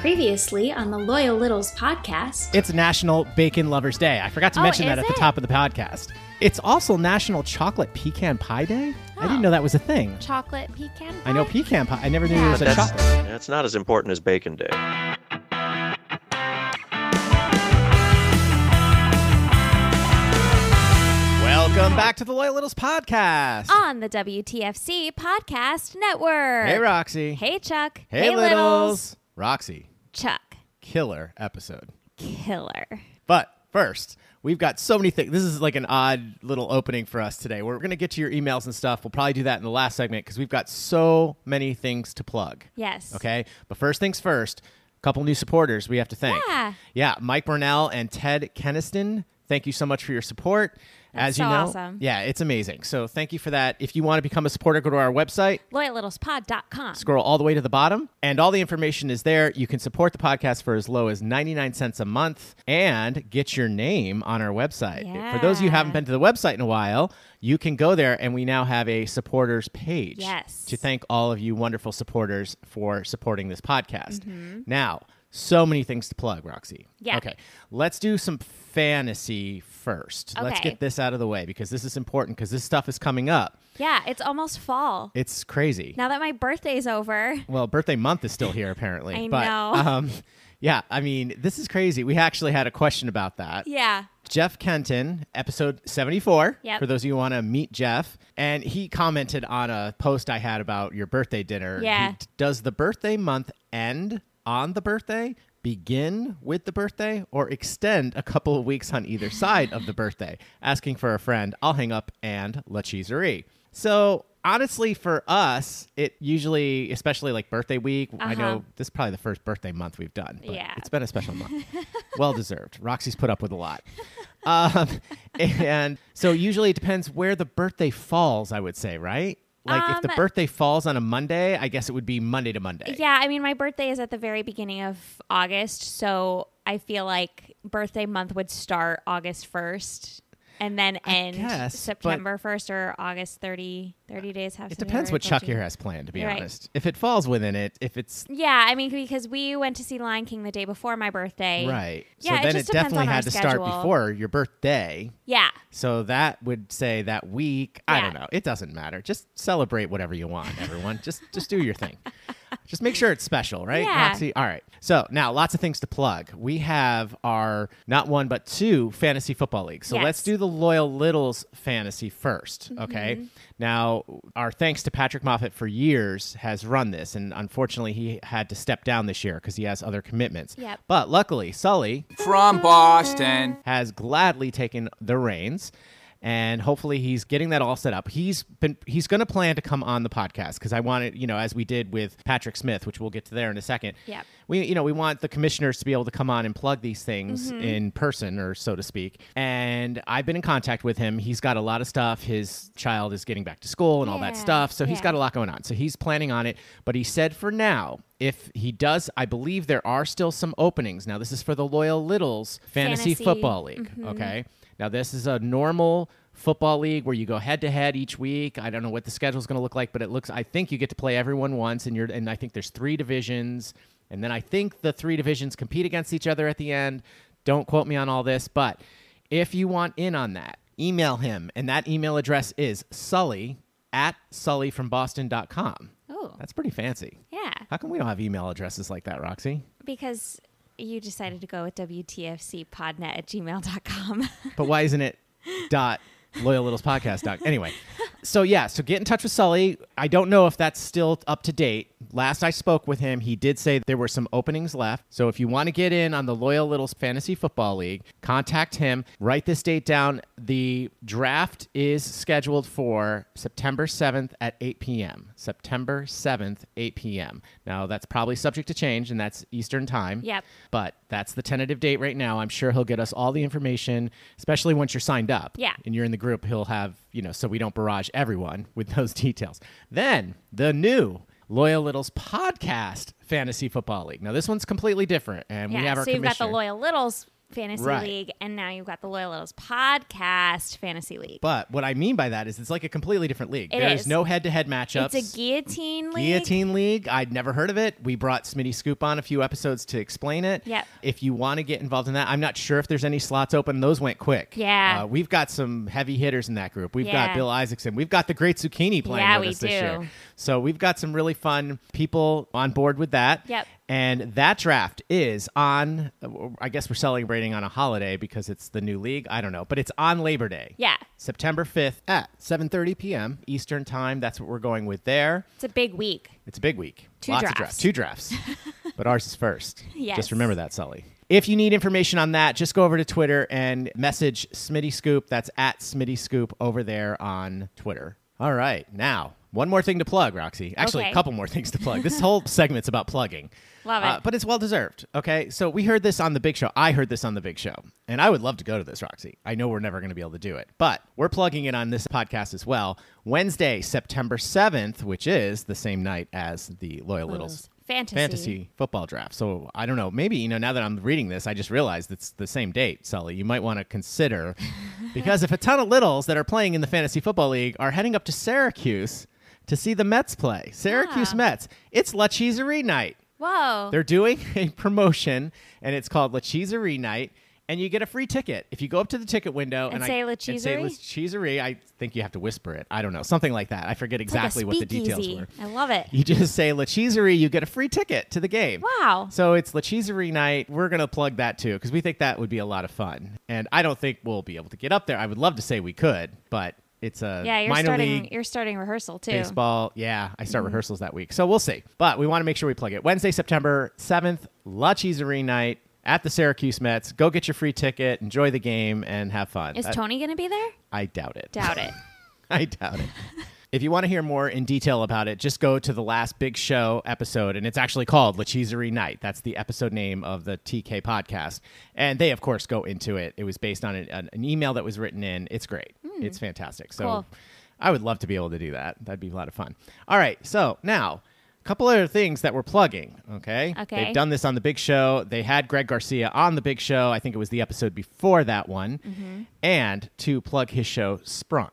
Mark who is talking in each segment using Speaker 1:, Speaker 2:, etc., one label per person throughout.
Speaker 1: previously on the Loyal Littles podcast.
Speaker 2: It's National Bacon Lovers Day. I forgot to
Speaker 1: Oh,
Speaker 2: mention that
Speaker 1: is
Speaker 2: at the
Speaker 1: it?
Speaker 2: top of the podcast. It's also National Chocolate Pecan Pie Day. I didn't know that was a thing.
Speaker 1: Chocolate pecan.
Speaker 2: I know pecan pie. I never knew
Speaker 1: Yeah.
Speaker 2: there
Speaker 1: But
Speaker 2: was a
Speaker 3: That's,
Speaker 2: chocolate.
Speaker 3: that's not as important as Bacon Day.
Speaker 2: Welcome back to the Loyal Littles podcast.
Speaker 4: on the WTFC Podcast Network.
Speaker 2: hey, Roxy.
Speaker 4: Hey, Chuck.
Speaker 2: Hey, Littles. Roxy,
Speaker 4: Chuck,
Speaker 2: killer episode.
Speaker 4: killer.
Speaker 2: But first, we've got so many things. This is like an odd little opening for us today. We're going to get to your emails and stuff. We'll probably do that in the last segment because we've got so many things to plug.
Speaker 4: Yes.
Speaker 2: Okay. But first things first, a couple new supporters we have to thank.
Speaker 4: Yeah.
Speaker 2: Yeah, Mike Burnell and Ted Keniston. Thank you so much for your support. As
Speaker 4: That's
Speaker 2: you
Speaker 4: so
Speaker 2: know,
Speaker 4: awesome.
Speaker 2: yeah, it's amazing. So thank you for that. If you want to become a supporter, go to our website,
Speaker 4: LoyalLittlesPod.com.
Speaker 2: scroll all the way to the bottom, and all the information is there. You can support the podcast for as low as 99 cents a month and get your name on our website. For those of you who haven't
Speaker 4: Yeah.
Speaker 2: been to the website in a while, you can go there and we now have a supporters page.
Speaker 4: Yes.
Speaker 2: To thank all of you wonderful supporters for supporting this podcast. Now, so many things to plug, Roxy.
Speaker 4: Mm-hmm. Yeah.
Speaker 2: Okay. Let's do some fantasy first. Let's
Speaker 4: Okay.
Speaker 2: get this out of the way because this is important because this stuff is coming up.
Speaker 4: Yeah, it's almost fall.
Speaker 2: It's crazy.
Speaker 4: Now that my birthday's over,
Speaker 2: Well, birthday month is still here apparently.
Speaker 4: I
Speaker 2: but,
Speaker 4: know.
Speaker 2: Um, yeah, I mean, this is crazy. We actually had a question about that.
Speaker 4: yeah,
Speaker 2: Jeff Kenton, episode 74,
Speaker 4: Yep.
Speaker 2: for those of you who want to meet Jeff. And he commented on a post I had about your birthday dinner.
Speaker 4: Yeah.
Speaker 2: He- Does the birthday month end on the birthday, begin with the birthday, or extend a couple of weeks on either side of the birthday? Asking for a friend, I'll hang up and La Cheeserie. So, honestly, for us, it usually, especially like birthday week, I know this is probably the first birthday month we've done, but
Speaker 4: Uh-huh. Yeah.
Speaker 2: it's been a special month. well deserved. Roxy's put up with a lot. Um, and so usually it depends where the birthday falls, I would say, right? Like if the
Speaker 4: Um,
Speaker 2: birthday falls on a Monday, I guess it would be Monday to Monday.
Speaker 4: yeah. I mean, my birthday is at the very beginning of August, so I feel like birthday month would start August first. And then end
Speaker 2: guess, but-
Speaker 4: September 1st or August 30, 30 days. Have
Speaker 2: It
Speaker 4: something
Speaker 2: depends
Speaker 4: already
Speaker 2: what
Speaker 4: told
Speaker 2: Chuck
Speaker 4: you.
Speaker 2: here has planned, to be
Speaker 4: Right.
Speaker 2: honest. If it falls within it, if it's
Speaker 4: Yeah, I mean because we went to see Lion King the day before my birthday.
Speaker 2: right.
Speaker 4: Yeah,
Speaker 2: so then it,
Speaker 4: just depends
Speaker 2: definitely
Speaker 4: on our
Speaker 2: had to start
Speaker 4: schedule.
Speaker 2: before your birthday.
Speaker 4: Yeah.
Speaker 2: So that would say that week. I
Speaker 4: Yeah.
Speaker 2: don't know. It doesn't matter. Just celebrate whatever you want, everyone. just just do your thing. Just make sure it's special, right,
Speaker 4: Yeah.
Speaker 2: Roxy? All right. So now lots of things to plug. We have our not one but two fantasy football leagues. So
Speaker 4: Yes. Mm-hmm.
Speaker 2: let's do the Loyal Littles fantasy 1st Okay. Now our thanks to Patrick Moffat for years has run this, and unfortunately he had to step down this year because he has other commitments.
Speaker 4: Yep.
Speaker 2: But luckily, Sully
Speaker 5: from Boston.
Speaker 2: has gladly taken the reins and hopefully he's getting that all set up. He's been he's going to plan to come on the podcast cuz I want it, you know, as we did with Patrick Smith, which we'll get to there in a second.
Speaker 4: Yep.
Speaker 2: We you know, we want the commissioners to be able to come on and plug these things
Speaker 4: Mm-hmm.
Speaker 2: in person or so to speak. And I've been in contact with him. He's got a lot of stuff. His child is getting back to school and all that
Speaker 4: Yeah,
Speaker 2: stuff. So he's
Speaker 4: yeah.
Speaker 2: got a lot going on. So he's planning on it, but he said for now if he does, I believe there are still some openings. Now, this is for the Loyal Littles fantasy,
Speaker 4: Fantasy. Mm-hmm.
Speaker 2: football league. Okay. Now, this is a normal football league where you go head to head each week. I don't know what the schedule is going to look like, but it looks. I think you get to play everyone once, and you're. And I think there's three divisions, and then I think the three divisions compete against each other at the end. Don't quote me on all this, but if you want in on that, email him, and that email address is Sully at sullyfromboston.com.
Speaker 4: Oh.
Speaker 2: That's pretty fancy.
Speaker 4: Yeah.
Speaker 2: How come we don't have email addresses like that, Roxy?
Speaker 4: Because you decided to go with WTFCpodnet at gmail.com.
Speaker 2: But why isn't it dot loyal littles podcast dot? Anyway, so yeah, so get in touch with Sully. I don't know if that's still up to date. Last I spoke with him, he did say there were some openings left. So if you want to get in on the Loyal Littles Fantasy Football League, contact him. Write this date down. The draft is scheduled for September 7th at 8 p.m. September 7th, 8 p.m. Now that's probably subject to change, and that's Eastern time.
Speaker 4: Yep.
Speaker 2: But that's the tentative date right now. I'm sure he'll get us all the information, especially once you're signed up.
Speaker 4: Yeah.
Speaker 2: And you're in the group, he'll have, you know, so we don't barrage everyone with those details. Then the new Loyal Littles podcast fantasy football league. Now this one's completely different, and we
Speaker 4: yeah.
Speaker 2: have our
Speaker 4: so you've got the
Speaker 2: commissioner.
Speaker 4: Loyal Littles fantasy
Speaker 2: Right.
Speaker 4: league, and now you've got the Loyal Littles podcast fantasy league.
Speaker 2: But what I mean by that is it's like a completely different league.
Speaker 4: It
Speaker 2: There's
Speaker 4: is.
Speaker 2: no head to head matchups.
Speaker 4: it's a guillotine league.
Speaker 2: Guillotine League. I'd never heard of it. We brought Smitty Scoop on a few episodes to explain it.
Speaker 4: Yep.
Speaker 2: If you want to get involved in that, I'm not sure if there's any slots open. Those went quick.
Speaker 4: Yeah.
Speaker 2: Uh, we've got some heavy hitters in that group. We've got
Speaker 4: Yeah.
Speaker 2: Bill Isaacson. We've got the Great Zucchini playing
Speaker 4: Yeah,
Speaker 2: with
Speaker 4: we
Speaker 2: us this
Speaker 4: do.
Speaker 2: year. So we've got some really fun people on board with that.
Speaker 4: Yep.
Speaker 2: And that draft is on. uh, I guess we're celebrating on a holiday because it's the new league. I don't know, but it's on Labor Day.
Speaker 4: Yeah.
Speaker 2: September 5th at 7:30 p.m. Eastern Time. That's what we're going with there.
Speaker 4: It's a big week.
Speaker 2: It's a big week.
Speaker 4: Two
Speaker 2: Lots
Speaker 4: drafts.
Speaker 2: of drafts. Two drafts. but ours is first.
Speaker 4: Yes.
Speaker 2: Just remember that, Sully. If you need information on that, just go over to Twitter and message Smitty Scoop. That's at Smitty Scoop over there on Twitter. All right. Now, one more thing to plug, Roxy. Actually, a
Speaker 4: Okay.
Speaker 2: couple more things to plug. This whole segment's about plugging.
Speaker 4: Love
Speaker 2: Uh,
Speaker 4: it.
Speaker 2: but it's well deserved. Okay. So we heard this on the big show. I heard this on the big show. And I would love to go to this, Roxy. I know we're never going to be able to do it, but we're plugging it on this podcast as well. Wednesday, September 7th, which is the same night as the Loyal Littles
Speaker 4: Fantasy.
Speaker 2: fantasy football draft. So I don't know. Maybe, you know, now that I'm reading this, I just realized it's the same date, Sully. You might want to consider because if a ton of littles that are playing in the fantasy football league are heading up to Syracuse to see the Mets play, Syracuse
Speaker 4: Ah.
Speaker 2: Mets, it's La Cheeserie night.
Speaker 4: Whoa.
Speaker 2: They're doing a promotion and it's called La Cheeserie night. And you get a free ticket if you go up to the ticket window and,
Speaker 4: And say
Speaker 2: I,
Speaker 4: La
Speaker 2: and say La Cheeserie. I think you have to whisper it. I don't know, something like that. I forget
Speaker 4: It's like a
Speaker 2: exactly what the details
Speaker 4: speakeasy.
Speaker 2: were.
Speaker 4: I love it.
Speaker 2: You just say La Cheeserie, you get a free ticket to the game.
Speaker 4: Wow.
Speaker 2: So it's La Cheeserie night. We're going to plug that too because we think that would be a lot of fun. And I don't think we'll be able to get up there. I would love to say we could, but it's a
Speaker 4: Yeah, you're
Speaker 2: minor
Speaker 4: starting.
Speaker 2: league
Speaker 4: You're starting rehearsal too. Mm-hmm.
Speaker 2: baseball. Yeah, I start rehearsals that week. So we'll see. But we want to make sure we plug it. Wednesday, September 7th, La Cheeserie night at the Syracuse Mets. Go get your free ticket, enjoy the game, and have fun.
Speaker 4: Is
Speaker 2: I-
Speaker 4: Tony going to be there?
Speaker 2: I doubt it.
Speaker 4: Doubt it.
Speaker 2: I doubt it. If you want to hear more in detail about it, just go to the last Big Show episode, and it's actually called La Cheeserie Night. That's the episode name of the TK podcast. And they, of course, go into it. It was based on an, an email that was written in. It's great, it's fantastic. So
Speaker 4: Hmm. Cool.
Speaker 2: I would love to be able to do that. That'd be a lot of fun. All right. So now, a couple other things that we're plugging. Okay.
Speaker 4: Okay.
Speaker 2: They've done this on the big show. They had Greg Garcia on the big show. I think it was the episode before that one.
Speaker 4: Mm-hmm.
Speaker 2: And to plug his show, Sprung.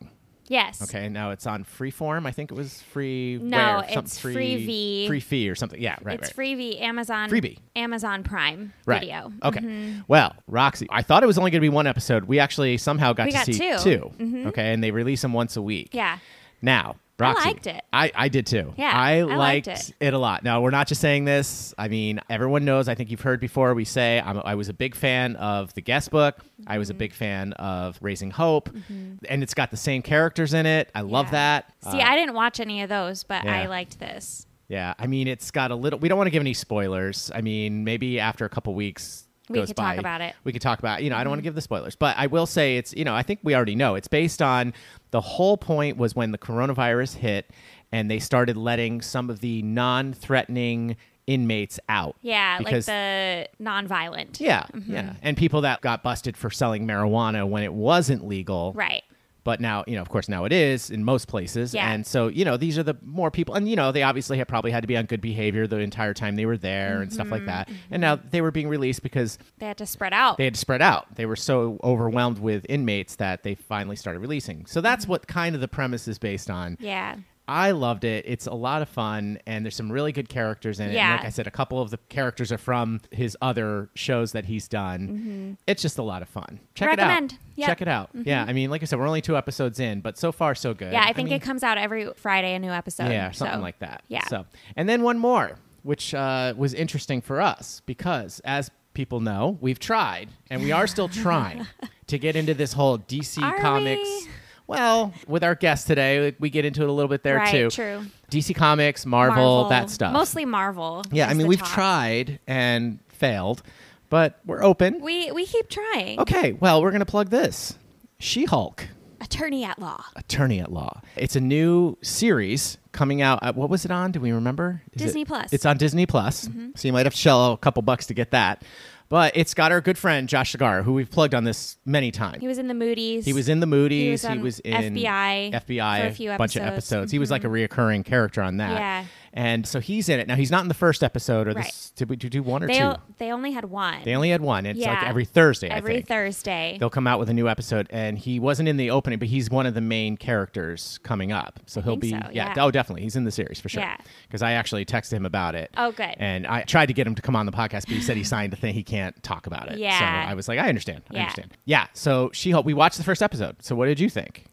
Speaker 4: Yes.
Speaker 2: Okay, now it's on Freeform. I think it was free.
Speaker 4: No,
Speaker 2: where, some-
Speaker 4: it's Freevee.
Speaker 2: Free fee or something. Yeah, right.
Speaker 4: it's
Speaker 2: right.
Speaker 4: freebie Amazon
Speaker 2: Freebie.
Speaker 4: Amazon Prime
Speaker 2: Right.
Speaker 4: video. Mm-hmm.
Speaker 2: Okay. Well, Roxy, I thought it was only going to be one episode. We actually somehow got
Speaker 4: We
Speaker 2: to
Speaker 4: got
Speaker 2: see 2
Speaker 4: two. Mm-hmm.
Speaker 2: Okay, and they release them once a week.
Speaker 4: Yeah.
Speaker 2: Now, Roxy,
Speaker 4: liked it.
Speaker 2: I, I did too.
Speaker 4: Yeah,
Speaker 2: I
Speaker 4: I liked
Speaker 2: liked it a lot. Now, we're not just saying this. I mean, everyone knows. I think you've heard before. We say I'm, I was a big fan of the guest book. I
Speaker 4: Mm-hmm.
Speaker 2: was a big fan of Raising Hope, and it's got the same characters in it. I love
Speaker 4: Yeah.
Speaker 2: that.
Speaker 4: See, I didn't watch any of those, but
Speaker 2: Uh,
Speaker 4: I
Speaker 2: yeah.
Speaker 4: liked this.
Speaker 2: Yeah, I mean, it's got a little. We don't want to give any spoilers. I mean, maybe after a couple weeks
Speaker 4: We
Speaker 2: goes
Speaker 4: could
Speaker 2: by,
Speaker 4: talk about it. Mm-hmm.
Speaker 2: We could talk about. You know, I don't want to give the spoilers, but I will say it's. You know, I think we already know it's based on. The whole point was when the coronavirus hit, and they started letting some of the non-threatening inmates out.
Speaker 4: Yeah,
Speaker 2: because
Speaker 4: like the Mm-hmm. nonviolent.
Speaker 2: yeah, yeah, and people that got busted for selling marijuana when it wasn't legal,
Speaker 4: Right.
Speaker 2: but now you know of course now it is in most places
Speaker 4: Yeah.
Speaker 2: and so you know these are the more people and you know they obviously have probably had to be on good behavior the entire time they were there and stuff like that and now they were being released because
Speaker 4: They had to spread out.
Speaker 2: they had to spread out they were so overwhelmed with inmates that they finally started releasing so that's what kind of the premise is based on
Speaker 4: yeah.
Speaker 2: I loved it. It's a lot of fun, and there's some really good characters in it.
Speaker 4: Yeah.
Speaker 2: And like I said, a couple of the characters are from his other shows that he's done. It's just a lot of fun. Check it
Speaker 4: Mm-hmm. Recommend.
Speaker 2: out.
Speaker 4: Yep.
Speaker 2: Check it out. Yeah, I mean, like I said, we're only two episodes in, but so far so good.
Speaker 4: Yeah, I think
Speaker 2: mean,
Speaker 4: it comes out every Friday a new episode.
Speaker 2: Yeah, something
Speaker 4: so-
Speaker 2: like that.
Speaker 4: Yeah.
Speaker 2: So, and then one more, which uh, was interesting for us because, as people know, we've tried and we are still trying to get into this whole DC
Speaker 4: Are
Speaker 2: Comics.
Speaker 4: we?
Speaker 2: Well, with our guest today, we get into it a little bit there
Speaker 4: Right,
Speaker 2: too.
Speaker 4: true.
Speaker 2: DC Comics, Marvel, that stuff.
Speaker 4: Mostly Marvel.
Speaker 2: yeah.
Speaker 4: is
Speaker 2: I mean,
Speaker 4: the
Speaker 2: we've
Speaker 4: top.
Speaker 2: tried and failed, but we're open.
Speaker 4: We we keep trying.
Speaker 2: okay. Well, we're gonna plug this. She-Hulk.
Speaker 4: Attorney at law.
Speaker 2: Attorney at Law. It's a new series coming out. At, what was it on? Do we remember? Is
Speaker 4: Disney
Speaker 2: it-
Speaker 4: Plus. Mm-hmm.
Speaker 2: It's on Disney Plus. So you might have to shell a couple bucks to get that. But it's got our good friend Josh Segar, who we've plugged on this many times.
Speaker 4: He was in the Moody's.
Speaker 2: He was in the Moody's. He was,
Speaker 4: on
Speaker 2: in
Speaker 4: FBI
Speaker 2: FBI
Speaker 4: for a few
Speaker 2: bunch of
Speaker 4: episodes. Mm-hmm.
Speaker 2: episodes. He was like a reoccurring character on that.
Speaker 4: Yeah.
Speaker 2: And so he's in it. Now he's not in the first episode or
Speaker 4: Right.
Speaker 2: this did we did you do one or
Speaker 4: They
Speaker 2: two?
Speaker 4: o- they only had one.
Speaker 2: they only had one. It's like
Speaker 4: Yeah.
Speaker 2: every Thursday, I
Speaker 4: every
Speaker 2: think.
Speaker 4: Thursday.
Speaker 2: They'll come out with a new episode and he wasn't in the opening, but he's one of the main characters coming up. So he'll
Speaker 4: think
Speaker 2: be
Speaker 4: so, yeah.
Speaker 2: Oh, definitely. He's in the series for sure.
Speaker 4: Yeah.
Speaker 2: Cuz I actually texted him about it.
Speaker 4: Oh, good.
Speaker 2: And I tried to get him to come on the podcast, but he said he signed a thing he can't talk about it.
Speaker 4: Yeah.
Speaker 2: So I was like, I understand. I
Speaker 4: Yeah.
Speaker 2: understand. Yeah. So She-Hulk we watched the first episode. So what did you think?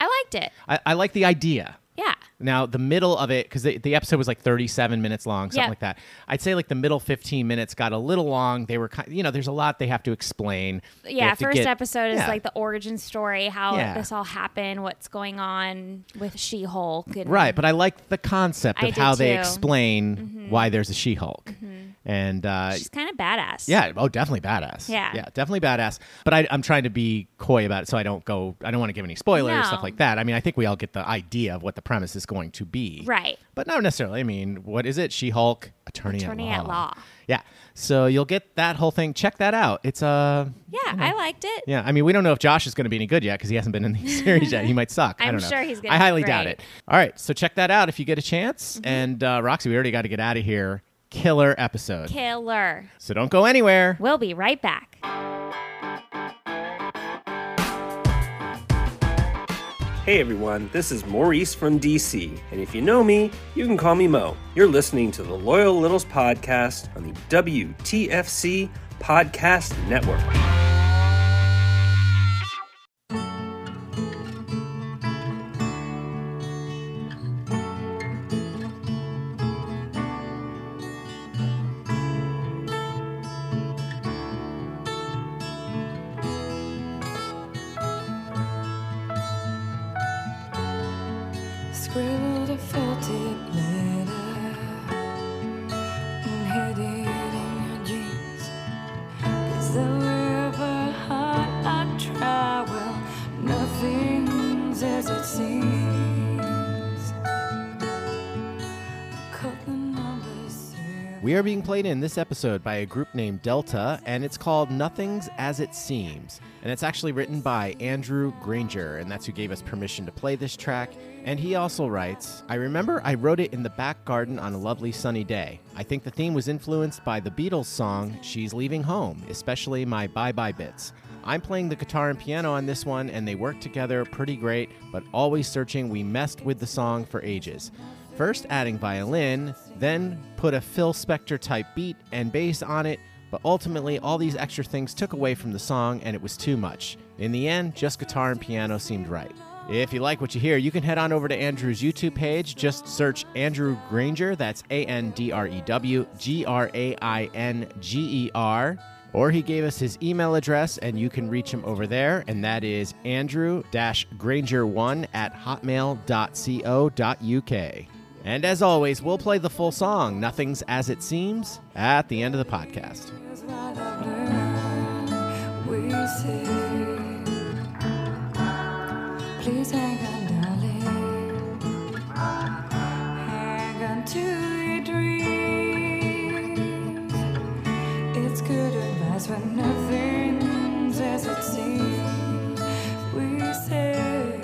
Speaker 4: I liked it.
Speaker 2: I, I like the idea.
Speaker 4: Yeah.
Speaker 2: Now, the middle of it, because the, the episode was like 37 minutes long, something
Speaker 4: Yep.
Speaker 2: like that. I'd say like the middle 15 minutes got a little long. They were kind you know, there's a lot they have to explain. They
Speaker 4: Yeah,
Speaker 2: have to
Speaker 4: first
Speaker 2: get-
Speaker 4: episode is
Speaker 2: Yeah.
Speaker 4: like the origin story, how
Speaker 2: Yeah.
Speaker 4: this all happened, what's going on with She-Hulk and
Speaker 2: Right, but I like the concept
Speaker 4: I
Speaker 2: of
Speaker 4: do
Speaker 2: how they
Speaker 4: too. Mm-hmm.
Speaker 2: explain why there's a She Hulk. And uh,
Speaker 4: she's kind of badass.
Speaker 2: yeah, oh, definitely badass.
Speaker 4: Yeah.
Speaker 2: Yeah, definitely badass. But I, I'm trying to be coy about it so I don't go, I don't want to give any spoilers,
Speaker 4: No.
Speaker 2: stuff like that. I mean, I think we all get the idea of what the premise is going to be.
Speaker 4: Right.
Speaker 2: But not necessarily. I mean, what is it? She Hulk, attorney,
Speaker 4: Attorney
Speaker 2: at,
Speaker 4: at
Speaker 2: law.
Speaker 4: law.
Speaker 2: Yeah. So you'll get that whole thing. Check that out. It's Uh,
Speaker 4: Yeah, I liked it.
Speaker 2: yeah, I mean, we don't know if Josh is going to be any good yet because he hasn't been in the series yet. He might suck. I
Speaker 4: I'm
Speaker 2: don't know.
Speaker 4: sure he's gonna
Speaker 2: I
Speaker 4: be
Speaker 2: highly doubt
Speaker 4: great. Mm-hmm.
Speaker 2: it. All right, so check that out if you get a chance. And uh, Roxy, we already got to get out of here. Killer episode.
Speaker 4: Killer.
Speaker 2: so don't go anywhere.
Speaker 4: We'll be right back.
Speaker 6: Hey everyone, this is Maurice from DC, and if you know me, you can call me Mo. You're listening to the Loyal Littles podcast on the WTFC Podcast Network.
Speaker 7: scribbled a faulty letter and hid it in your dreams. Cause however hard I try, well, nothing's as it seems. I cut the numbers through.
Speaker 2: We are being played in this episode by a group named Delta, and it's called Nothing's As It Seems. And it's actually written by Andrew Granger, and that's who gave us permission to play this track. And he also writes I remember I wrote it in the back garden on a lovely sunny day. I think the theme was influenced by the Beatles song She's Leaving Home, especially my Bye Bye Bits. I'm playing the guitar and piano on this one, and they work together pretty great, but always searching, we messed with the song for ages. First adding violin, then put a Phil Spector type beat and bass on it, but ultimately all these extra things took away from the song and it was too much. In the end, just guitar and piano seemed right. If you like what you hear, you can head on over to Andrew's YouTube page. Just search Andrew Granger, that's A N D R E W G R A I N G E R, or he gave us his email address and you can reach him over there, and that is andrew granger1 at hotmail.co.uk. And as always, we'll play the full song, Nothing's As It Seems, at the end of the podcast.
Speaker 7: Here's what I've learned. We say, please hang on, darling. Hang on to your dreams. It's good advice when nothing's as it seems. We say,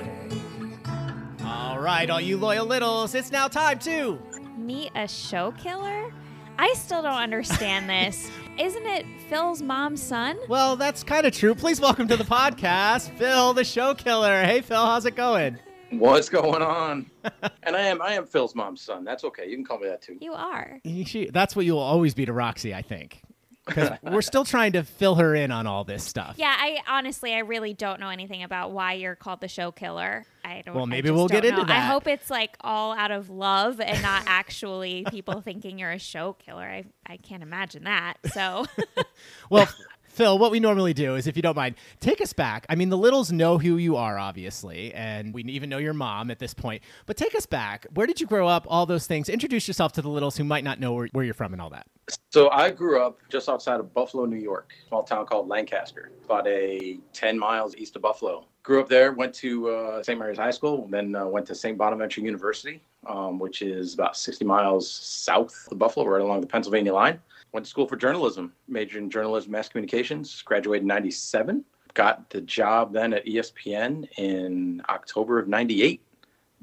Speaker 2: All right, all you loyal littles, it's now time to.
Speaker 4: Meet a show killer? I still don't understand this. Isn't it Phil's mom's son?
Speaker 2: Well, that's kind of true. Please welcome to the podcast, Phil, the show killer. Hey, Phil, how's it going?
Speaker 8: What's going on? and I am I am Phil's mom's son. That's okay. You can call me that too.
Speaker 4: You are.
Speaker 2: She- That's what you will always be to Roxy, I think. Because we're still trying to fill her in on all this stuff.
Speaker 4: Yeah, I honestly, I really don't know anything about why you're called the show killer. I don't.
Speaker 2: Well,
Speaker 4: I
Speaker 2: maybe
Speaker 4: just
Speaker 2: we'll
Speaker 4: don't
Speaker 2: get into
Speaker 4: know.
Speaker 2: that.
Speaker 4: I hope it's like all out of love and not actually people thinking you're a show killer. I I can't imagine that. So
Speaker 2: Well, Phil, what we normally do is, if you don't mind, take us back. I mean, the littles know who you are, obviously, and we even know your mom at this point. But take us back. Where did you grow up? All those things. Introduce yourself to the littles who might not know where, where you're from and all that.
Speaker 8: So I grew up just outside of Buffalo, New York, small town called Lancaster, about a 10 miles east of Buffalo. Grew up there, went to uh, St. Mary's High School, then uh, went to St. Bonaventure University, um, which is about 60 miles south of Buffalo, right along the Pennsylvania line. Went to school for journalism, majored in journalism, mass communications, graduated in 97. Got the job E then at ESPN in October of 98.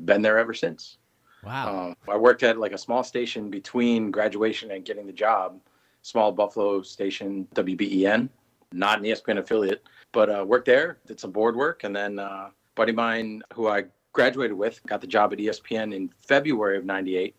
Speaker 8: Been there ever since.
Speaker 2: Wow.
Speaker 8: Um, I worked at like a small station between graduation and getting the job, small Buffalo station, WBEN, not an E ESPN affiliate, but uh, worked there, did some board work. And then uh, buddy of mine who I graduated with got the job at E ESPN in February of 98,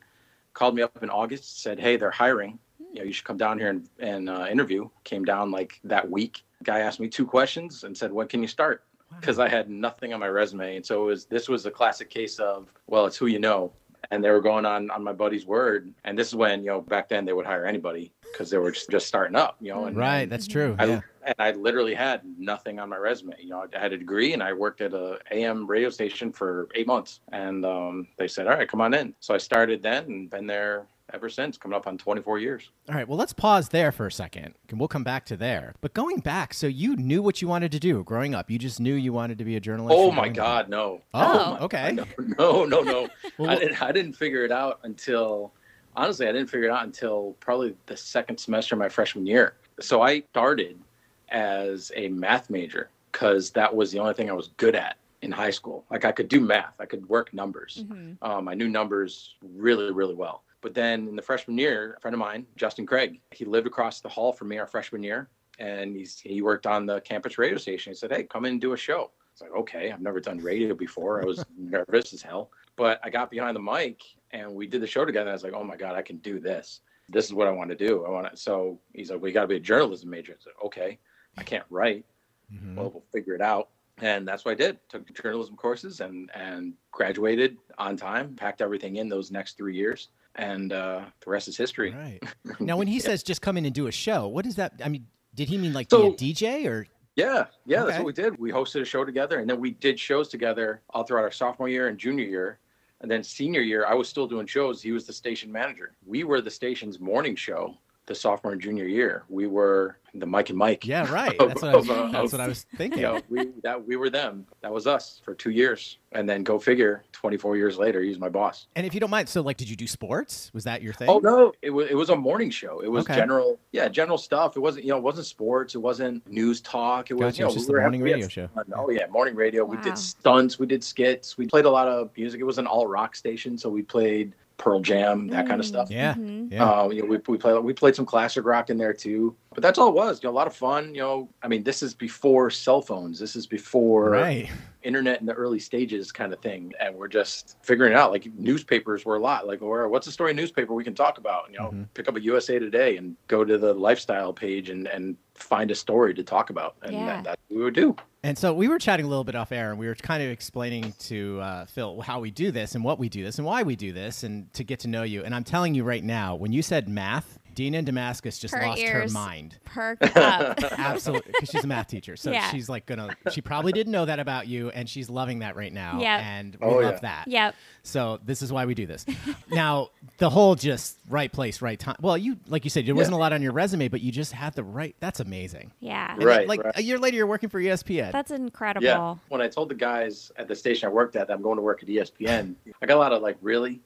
Speaker 8: called me up in August, said, hey, they're hiring. You know, you should come down here and, and uh, interview. Came down like that week. Guy asked me two questions and said, when can you start? because I had nothing on my resume, and so it was this was a classic case of well, it's who you know, and they were going on on my buddy's word, and this is when you know back then they would hire anybody because they were just, just starting up, you know, and
Speaker 2: right. That's true.
Speaker 8: Oh, I,
Speaker 2: yeah.
Speaker 8: and I literally had nothing on my resume. You know, I had a degree and I worked at a AM radio station for eight months, and um, they said, all right, come on in. So I started then and been there ever since, coming up on 24 years.
Speaker 2: All right. Well, let's pause there for a second, and we'll come back to there. But going back, so you knew what you wanted to do growing up. You just knew you wanted to be a journalist.
Speaker 8: Oh
Speaker 2: from
Speaker 8: my
Speaker 2: growing up.
Speaker 8: God, no.
Speaker 2: Oh,
Speaker 4: Oh.
Speaker 2: okay.
Speaker 8: no, no, no.
Speaker 2: Well,
Speaker 8: I
Speaker 2: what-
Speaker 8: didn't. I didn't figure it out until, honestly, I didn't figure it out until probably the second semester of my freshman year. So I started as a math major because that was the only thing I was good at in high school. Like I could do math, I could work numbers.
Speaker 2: Mm-hmm.
Speaker 4: Mhm.
Speaker 8: Um, I knew numbers really, really well. But then in the freshman year, a friend of mine, Justin Craig, he lived across the hall from me our freshman year, and he's, he worked on the campus radio station. He said, "Hey, come in and do a show." It's like, okay, I've never done radio before. I was nervous as hell, but I got behind the mic and we did the show together. I was like, oh my god, I can do this. This is what I want to do. I want to. So he's like, we got to be a journalism major. I said, okay, I can't write
Speaker 2: Mhm.
Speaker 8: well, we'll figure it out. And that's what I did. Took journalism courses and and graduated on time. Packed everything in those next three years, and uh, the rest is history.
Speaker 2: Right. Now, when he says just come in and do a show, what is that? I mean, did he mean like
Speaker 8: So-
Speaker 2: be a DJ or?
Speaker 8: Yeah, yeah, that's
Speaker 2: Okay.
Speaker 8: what we did. We hosted a show together, and then we did shows together all throughout our sophomore year and junior year, and then senior year. I was still doing shows. He was the station manager. We were the station's morning show the sophomore and junior year. We were the Mike and Mike.
Speaker 2: Yeah, right.
Speaker 8: Of-
Speaker 2: That's what I was,
Speaker 8: of, uh,
Speaker 2: that's
Speaker 8: of-
Speaker 2: what I was thinking.
Speaker 8: you know, we that we were them. That was us for two years, and then go figure. Twenty four years later, he's my boss.
Speaker 2: And if you don't mind, so like, did you do sports? Was that your thing?
Speaker 8: Oh no, it was it was a morning show. It was
Speaker 2: Okay.
Speaker 8: general, yeah, general stuff. It wasn't you know, it wasn't sports. It wasn't news talk. It was
Speaker 2: Gotcha, it
Speaker 8: you know,
Speaker 2: was just the
Speaker 8: we were
Speaker 2: morning
Speaker 8: having- we
Speaker 2: radio
Speaker 8: had
Speaker 2: show.
Speaker 8: fun. Oh yeah, morning radio. We
Speaker 4: Wow.
Speaker 8: did stunts. We did skits. We played a lot of music. It was an all rock station, so we played Pearl Jam, that kind of
Speaker 4: Mm.
Speaker 8: stuff.
Speaker 2: Yeah.
Speaker 4: Mhm.
Speaker 2: Yeah.
Speaker 8: Uh, you know, we, we played we played some classic rock in there too, but that's all it was. You know, a lot of fun. You know, I mean, this is before cell phones. This is before
Speaker 2: right.
Speaker 8: internet in the early stages kind of thing and we're just figuring it out like newspapers were a lot like where what's the story newspaper we can talk about you know
Speaker 2: Mhm.
Speaker 8: pick up a usa today and go to the lifestyle page and and find a story to talk about and
Speaker 4: Yeah.
Speaker 8: that, that's what we would do
Speaker 2: And so we were chatting a little bit off air, and we were kind of explaining to uh, Phil how we do this, and what we do this, and why we do this, and to get to know you. And I'm telling you right now, when you said math, Dina in Damascus just
Speaker 4: Her
Speaker 2: lost her
Speaker 4: ears.
Speaker 2: mind.
Speaker 4: Perk up.
Speaker 2: Absolutely, because she's a math teacher, so
Speaker 4: Yeah.
Speaker 2: she's like gonna. She probably didn't know that about you, and she's loving that right now.
Speaker 4: Yep.
Speaker 2: and we
Speaker 8: Oh,
Speaker 2: love
Speaker 8: yeah.
Speaker 2: that.
Speaker 4: yep.
Speaker 2: So this is why we do this. now the whole just right place, right time. Well, you like you said, there wasn't a lot on your resume, but you just had the right. That's amazing.
Speaker 4: Yeah.
Speaker 2: And then,
Speaker 8: Right,
Speaker 2: like
Speaker 8: right.
Speaker 2: a year later, you're working for E ESPN.
Speaker 4: That's incredible.
Speaker 8: yeah when i told the guys at the station i worked at that i'm going to work at E espn i got a lot of like really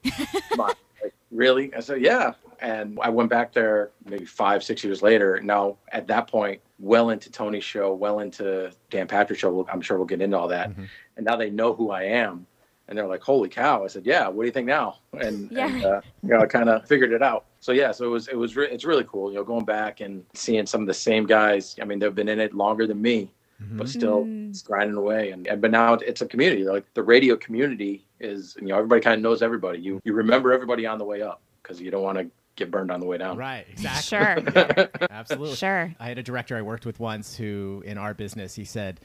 Speaker 8: Come on. Like, really i said yeah and i went back there maybe five six years later now at that point well into tony's show well into dan patrick's show i'm sure we'll get into all that
Speaker 2: Mhm.
Speaker 8: and now they know who I am. And they're like, "Holy cow!" I said, "Yeah, what do you think now?" And,
Speaker 4: Yeah.
Speaker 8: and uh, you know, I kind of figured it out. So yeah, so it was it was re- it's really cool, you know, going back and seeing some of the same guys. I mean, they've been in it longer than me,
Speaker 2: Mhm.
Speaker 8: but still
Speaker 4: Mm.
Speaker 8: grinding away. And, and but now it- it's a community. Like the radio community is, you know, everybody kind of knows everybody. You you remember everybody on the way up because you don't want to get burned on the way down.
Speaker 2: Right. Exactly.
Speaker 4: Sure.
Speaker 2: Yeah, absolutely.
Speaker 4: Sure.
Speaker 2: I had a director I worked with once who, in our business, he said,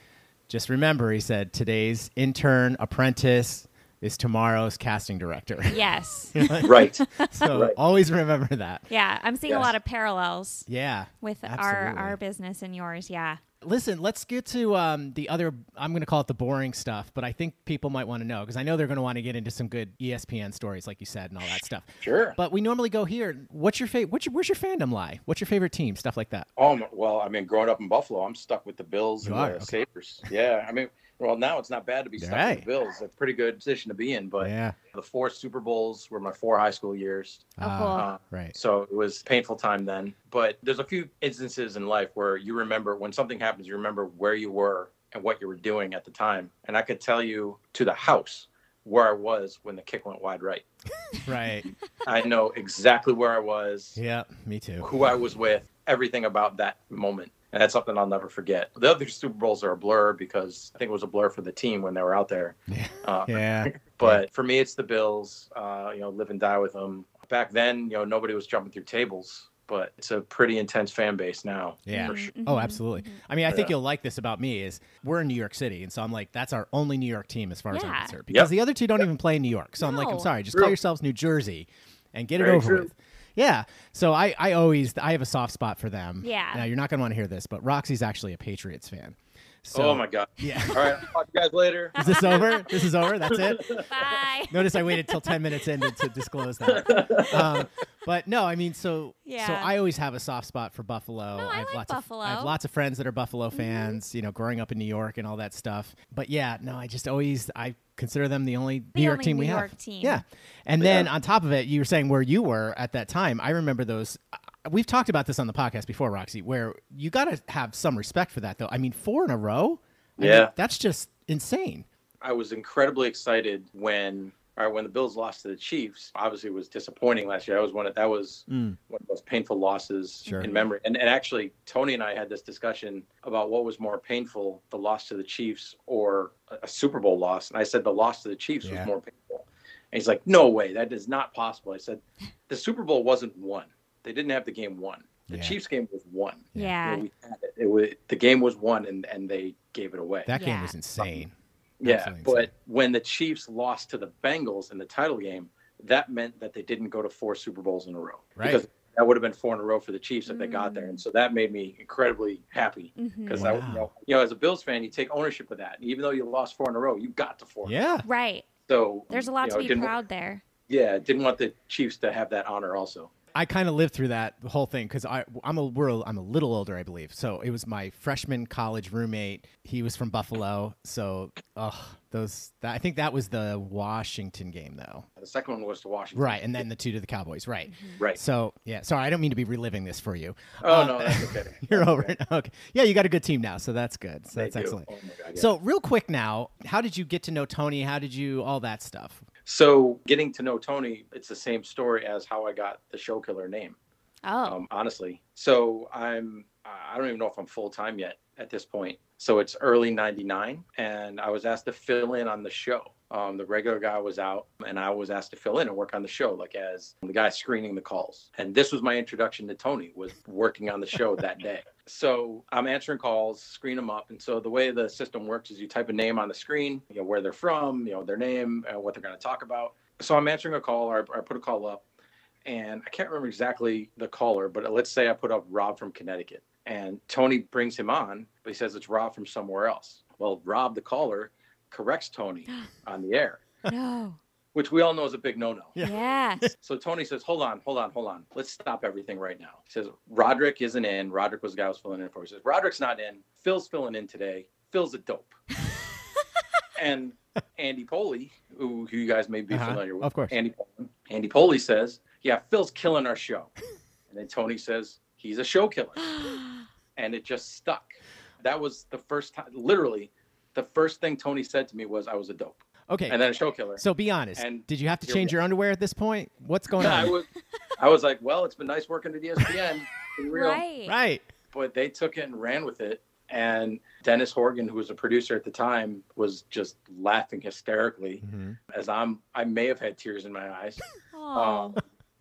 Speaker 2: "Just remember," he said, "today's intern apprentice is tomorrow's casting director."
Speaker 4: Yes.
Speaker 8: Right.
Speaker 2: so
Speaker 8: Right.
Speaker 2: always remember that.
Speaker 4: Yeah. I'm seeing a
Speaker 8: Yes.
Speaker 4: lot of parallels
Speaker 2: Yeah.
Speaker 4: with
Speaker 2: Absolutely.
Speaker 4: our our business and yours. Yeah.
Speaker 2: Listen, let's get to um, the other. I'm going to call it the boring stuff, but I think people might want to know because I know they're going to want to get into some good E ESPN stories, like you said, and all that stuff.
Speaker 8: sure.
Speaker 2: But we normally go here. What's your favorite? What's your, where's your fandom lie? What's your favorite team? Stuff like that.
Speaker 8: Oh my- well, I mean, growing up in Buffalo, I'm stuck with the Bills
Speaker 2: You
Speaker 8: and
Speaker 2: are,
Speaker 8: the
Speaker 2: okay.
Speaker 8: Sabers. Yeah, I mean, well, now it's not bad to be stuck
Speaker 2: Right.
Speaker 8: with the Bills. It's a pretty good position to be in. But
Speaker 2: yeah.
Speaker 8: the four Super Bowls were my four high school years,
Speaker 4: Oh,
Speaker 2: Ah,
Speaker 4: cool.
Speaker 8: uh,
Speaker 2: Right.
Speaker 8: so it was painful time then. But there's a few instances in life where you remember when something happens, you remember where you were and what you were doing at the time. And I could tell you to the house where I was when the kick went wide right.
Speaker 2: Right.
Speaker 8: I know exactly where I was,
Speaker 2: yeah. Me too.
Speaker 8: who I was with, everything about that moment. And that's something I'll never forget. The other Super Bowls are a blur because I think it was a blur for the team when they were out there.
Speaker 2: Yeah.
Speaker 8: Uh,
Speaker 2: Yeah.
Speaker 8: But for me, it's the Bills. Uh, you know, live and die with them. Back then, you know, nobody was jumping through tables, but it's a pretty intense fan base now.
Speaker 2: Yeah.
Speaker 8: for
Speaker 4: Mm-hmm.
Speaker 8: sure.
Speaker 2: Oh, absolutely. I mean, I think
Speaker 8: Yeah.
Speaker 2: you'll like this about me is we're in New York City, and so I'm like, that's our only New York team as far as I'm
Speaker 4: Yeah.
Speaker 2: concerned because the other two don't even play in New York. So I'm like, I'm
Speaker 4: No.
Speaker 2: sorry, just
Speaker 8: True.
Speaker 2: call yourselves New Jersey, and get it
Speaker 8: Very
Speaker 2: over
Speaker 8: true.
Speaker 2: with. Yeah. So I, I always I have a soft spot for them.
Speaker 4: Yeah.
Speaker 2: Now you're not gonna want to hear this, but Roxy's actually a Patriots fan. So
Speaker 8: oh my God!
Speaker 2: Yeah.
Speaker 8: All right, I'll talk to you guys later.
Speaker 2: Is this over? this is over. That's it.
Speaker 4: Bye.
Speaker 2: Notice I waited till 10 minutes in to, to disclose that. Um, but no, I mean, so so
Speaker 4: Yeah.
Speaker 2: I always have a soft spot for Buffalo.
Speaker 4: No, I
Speaker 2: have
Speaker 4: like
Speaker 2: lots Of, I have
Speaker 4: Buffalo. Mm-hmm.
Speaker 2: lots of friends that are Buffalo fans, you know, growing up in New York and all that stuff. But yeah, no, I just always I consider them the only
Speaker 4: The
Speaker 2: New York
Speaker 4: only
Speaker 2: team we
Speaker 4: New
Speaker 2: have.
Speaker 4: York team.
Speaker 2: Yeah. And then on top of it, you were saying where you were at that time. I remember those uh, We've talked about this on the podcast before, Roxy, where you got to have some respect for that, though. I mean, four in a row? I mean,
Speaker 8: Yeah.
Speaker 2: that's just insane.
Speaker 8: I was incredibly excited when all right, when the Bills lost to the Chiefs. Obviously, it was disappointing last year. That was one of that was
Speaker 2: Mm.
Speaker 8: one of those painful losses
Speaker 2: Sure.
Speaker 8: in memory. And and actually, Tony and I had this discussion about what was more painful: the loss to the Chiefs or a- a Super Bowl loss. And I said the loss to the Chiefs
Speaker 2: Yeah.
Speaker 8: was more painful. And he's like, "No way, that is not possible." I said, "The Super Bowl wasn't won. They didn't have the game won. The
Speaker 2: Yeah.
Speaker 8: Chiefs game was won.
Speaker 4: Yeah.
Speaker 8: You know, we had it. It was, the game was won, and and they gave it away.
Speaker 2: That game
Speaker 4: Yeah.
Speaker 2: was insane.
Speaker 8: Yeah,
Speaker 2: Absolutely
Speaker 8: but
Speaker 2: insane.
Speaker 8: when the Chiefs lost to the Bengals in the title game, that meant that they didn't go to four Super Bowls in a row.
Speaker 2: Right.
Speaker 8: Because that would have been four in a row for the Chiefs if they got
Speaker 4: Mm.
Speaker 8: there. And so that made me incredibly happy
Speaker 4: Mhm.
Speaker 8: because I, you
Speaker 2: Wow.
Speaker 8: know, you know, as a Bills fan, you take ownership of that. Even though you lost four in a row, you got to four.
Speaker 2: Yeah.
Speaker 4: Right.
Speaker 8: So
Speaker 4: There's a lot
Speaker 8: you know,
Speaker 4: to be
Speaker 8: didn't-
Speaker 4: proud there.
Speaker 8: Yeah, didn't want the Chiefs to have that honor also.
Speaker 2: I kind of lived through that whole thing because I I'm a we're, a- I'm a little older I believe so it was my freshman college roommate he was from Buffalo so oh those that, I think that was the Washington game though
Speaker 8: The second one was to Washington.
Speaker 2: right and then the two to the Cowboys right
Speaker 8: Right.
Speaker 2: so yeah sorry I don't mean to be reliving this for you
Speaker 8: oh
Speaker 2: Uh,
Speaker 8: no, that's okay.
Speaker 2: you're over it okay yeah you got a good team now so that's good so
Speaker 8: They
Speaker 2: that's
Speaker 8: do.
Speaker 2: excellent
Speaker 8: Oh, my God, yeah.
Speaker 2: so real quick now how did you get to know Tony how did you all that stuff
Speaker 8: so getting to know Tony, it's the same story as how I got the show killer name.
Speaker 4: Oh.
Speaker 8: um, honestly. So I'm, I don't even know if I'm full time yet at this point. So it's early 99, and I was asked to fill in on the show. Um, the regular guy was out, and I was asked to fill in and work on the show, like as the guy screening the calls. And this was my introduction to Tony, was working on the show that day. So I'm answering calls, screen them up, and so the way the system works is you type a name on the screen, you know where they're from, you know their name, uh, what they're going to talk about. So I'm answering a call, or I- I put a call up, and I can't remember exactly the caller, but let's say I put up Rob from Connecticut, and Tony brings him on, but he says it's Rob from somewhere else. Well, Rob, the caller, corrects Tony on the air,
Speaker 4: no.
Speaker 8: which we all know is a big no no.
Speaker 2: Yeah.
Speaker 4: Yeah.
Speaker 8: So Tony says, "Hold on, hold on, hold on. Let's stop everything right now." He says, "Roderick isn't in. Roderick was the guy I was filling in for." He says, "Roderick's not in. Phil's filling in today. Phil's a dope." and Andy Poley, who, who you guys may be
Speaker 2: Uh-huh.
Speaker 8: familiar with,
Speaker 2: Of course.
Speaker 8: Andy Poley, Andy Poley says, "Yeah, Phil's killing our show," and then Tony says, "He's a show killer," and it just stuck. That was the first time, literally, the first thing Tony said to me was, "I was a dope,"
Speaker 2: okay
Speaker 8: and then a show killer.
Speaker 2: so be honest
Speaker 8: and
Speaker 2: did you have to
Speaker 8: here we
Speaker 2: change your underwear at this point what's going
Speaker 8: I
Speaker 2: on
Speaker 8: was, I was like, well, it's been nice working E at ESPN. Be real.
Speaker 4: Right.
Speaker 2: right
Speaker 8: But they took it and ran with it. And Dennis Horgan, who was a producer at the time, was just laughing hysterically
Speaker 2: Mhm.
Speaker 8: as I'm. I may have had tears in my eyes.
Speaker 4: Oh.
Speaker 8: Um,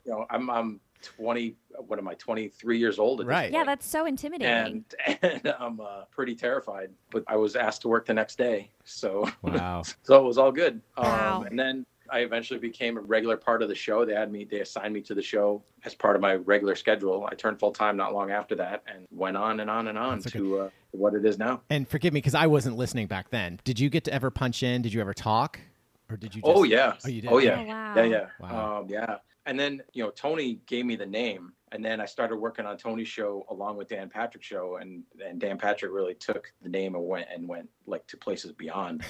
Speaker 8: you know, I'm I'm 20. What am I? 23 years old. At this
Speaker 2: Right.
Speaker 4: yeah, that's so intimidating.
Speaker 8: and and I'm uh, pretty terrified. But I was asked to work the next day, so
Speaker 2: Wow.
Speaker 8: so it was all good. Um,
Speaker 4: Wow.
Speaker 8: And then I eventually became a regular part of the show. They had me, they assigned me to the show as part of my regular schedule. I turned full time not long after that and went on and on and on
Speaker 2: That's okay.
Speaker 8: to uh, what it is now.
Speaker 2: And forgive me because I wasn't listening back then. Did you get to ever punch in? Did you ever talk? Or did you just
Speaker 8: oh, yeah.
Speaker 2: Oh, you did?
Speaker 8: Oh, yeah.
Speaker 4: Oh, wow.
Speaker 8: Yeah, yeah.
Speaker 2: Wow.
Speaker 8: Um, yeah. And then, you know, Tony gave me the name. And then I started working on Tony's show along with Dan Patrick's show. And, and Dan Patrick really took the name and went and went like to places beyond.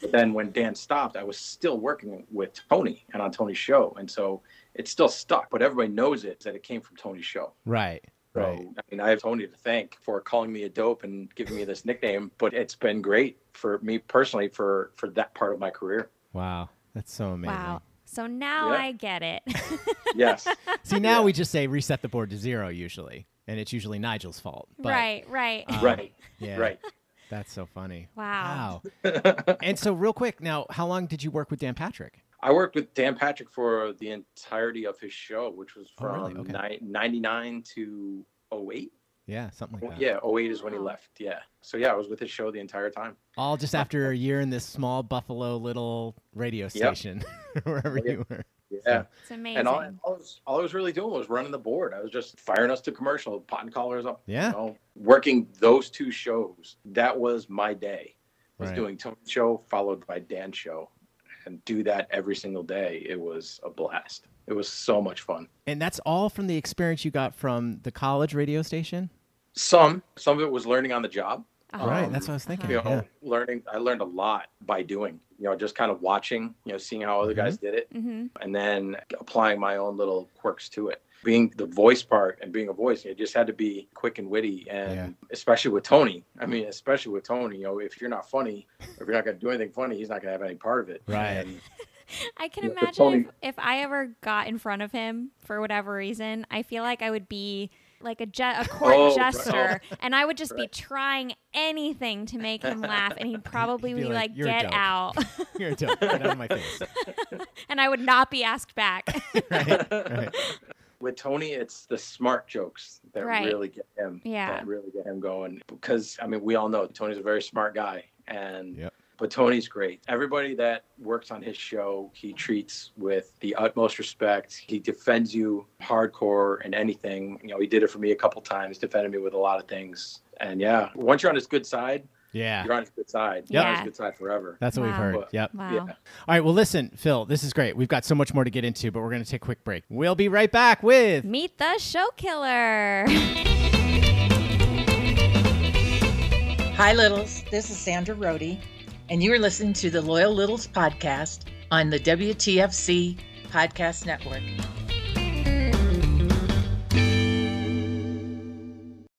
Speaker 8: but then when Dan stopped, I was still working with Tony and on Tony's show. And so it still stuck, but everybody knows it that it came from Tony's show.
Speaker 2: Right.
Speaker 8: So,
Speaker 2: Right.
Speaker 8: I mean, I have Tony to thank for calling me a dope and giving me this nickname, but it's been great for me personally for, for that part of my career.
Speaker 2: Wow. That's so amazing.
Speaker 4: Wow. So now
Speaker 8: Yeah.
Speaker 4: I get it.
Speaker 8: Yes.
Speaker 2: See, now we just say reset the board to zero usually, and it's usually Nigel's fault. But, uh,
Speaker 4: right, right.
Speaker 8: right.
Speaker 2: Yeah,
Speaker 8: Right.
Speaker 2: That's so funny.
Speaker 4: Wow.
Speaker 2: Wow. and so, real quick, now, how long did you work with Dan Patrick?
Speaker 8: I worked with Dan Patrick for the entirety of his show, which was
Speaker 2: Oh, really?
Speaker 8: from
Speaker 2: Okay.
Speaker 8: ni- 99 to 08.
Speaker 2: Yeah, something like that.
Speaker 8: Yeah, 08 is when he
Speaker 4: Wow.
Speaker 8: left. Yeah. So yeah, I was with his show the entire time.
Speaker 2: All just after a year in this small Buffalo little radio station, wherever you were.
Speaker 8: Yeah.
Speaker 4: It's amazing.
Speaker 8: And all, all, I was, all I was really doing was running the board. I was just firing us to commercial, potting callers up.
Speaker 2: Yeah.
Speaker 8: You know, working those two shows. That was my day. was
Speaker 2: Right.
Speaker 8: doing Tony's show followed by Dan's show and do that every single day. It was a blast. It was so much fun.
Speaker 2: And that's all from the experience you got from the college radio station?
Speaker 8: Some some of it was learning on the job. Um,
Speaker 4: Uh-huh.
Speaker 2: Oh. Right. That's what I was thinking.
Speaker 8: You know,
Speaker 2: Yeah.
Speaker 8: learning I learned a lot by doing, you know, just kind of watching, you know, seeing how other guys did it
Speaker 4: Mm-hmm.
Speaker 8: and then applying my own little quirks to it. Being the voice part and being a voice, it just had to be quick and witty and
Speaker 2: Yeah.
Speaker 8: especially with Tony. I mean, especially with Tony, you know, if you're not funny, if you're not gonna do anything funny, he's not gonna have any part of it.
Speaker 2: Right.
Speaker 8: And
Speaker 4: I can
Speaker 8: Yeah, but
Speaker 4: imagine
Speaker 8: Tony-
Speaker 4: if, if I ever got in front of him for whatever reason, I feel like I would be like a, ju- a court
Speaker 8: Oh, right.
Speaker 4: jester, and I would just be trying anything to make him laugh, and he'd probably
Speaker 2: be
Speaker 4: be
Speaker 2: like,
Speaker 4: like,
Speaker 2: "You're a
Speaker 4: "Get
Speaker 2: dope."
Speaker 4: out,"
Speaker 2: You're a dope. Get out of my face.
Speaker 4: and I would not be asked back.
Speaker 2: Right. right.
Speaker 8: with Tony, it's the smart jokes that
Speaker 4: Right.
Speaker 8: really get him.
Speaker 4: Yeah.
Speaker 8: That really get him going. Because I mean, we all know Tony's a very smart guy. And
Speaker 2: Yep.
Speaker 8: but Tony's great. Everybody that works on his show, he treats with the utmost respect. He defends you hardcore in anything. You know, he did it for me a couple times, defended me with a lot of things. And yeah, once you're on his good side,
Speaker 2: Yeah.
Speaker 8: you're on his good side.
Speaker 4: Yeah.
Speaker 8: You're on his good side forever.
Speaker 2: That's what we've
Speaker 4: Wow.
Speaker 2: heard.
Speaker 8: But-
Speaker 2: Yep.
Speaker 4: Wow.
Speaker 8: Yeah.
Speaker 2: All right. Well, listen, Phil, this is great. We've got so much more to get into, but we're going to take a quick break. We'll be right back with
Speaker 4: Meet the show killer.
Speaker 9: Hi, Littles. This is Sandra Rohde, and you are listening to the Loyal Littles podcast on the WTFC Podcast Network.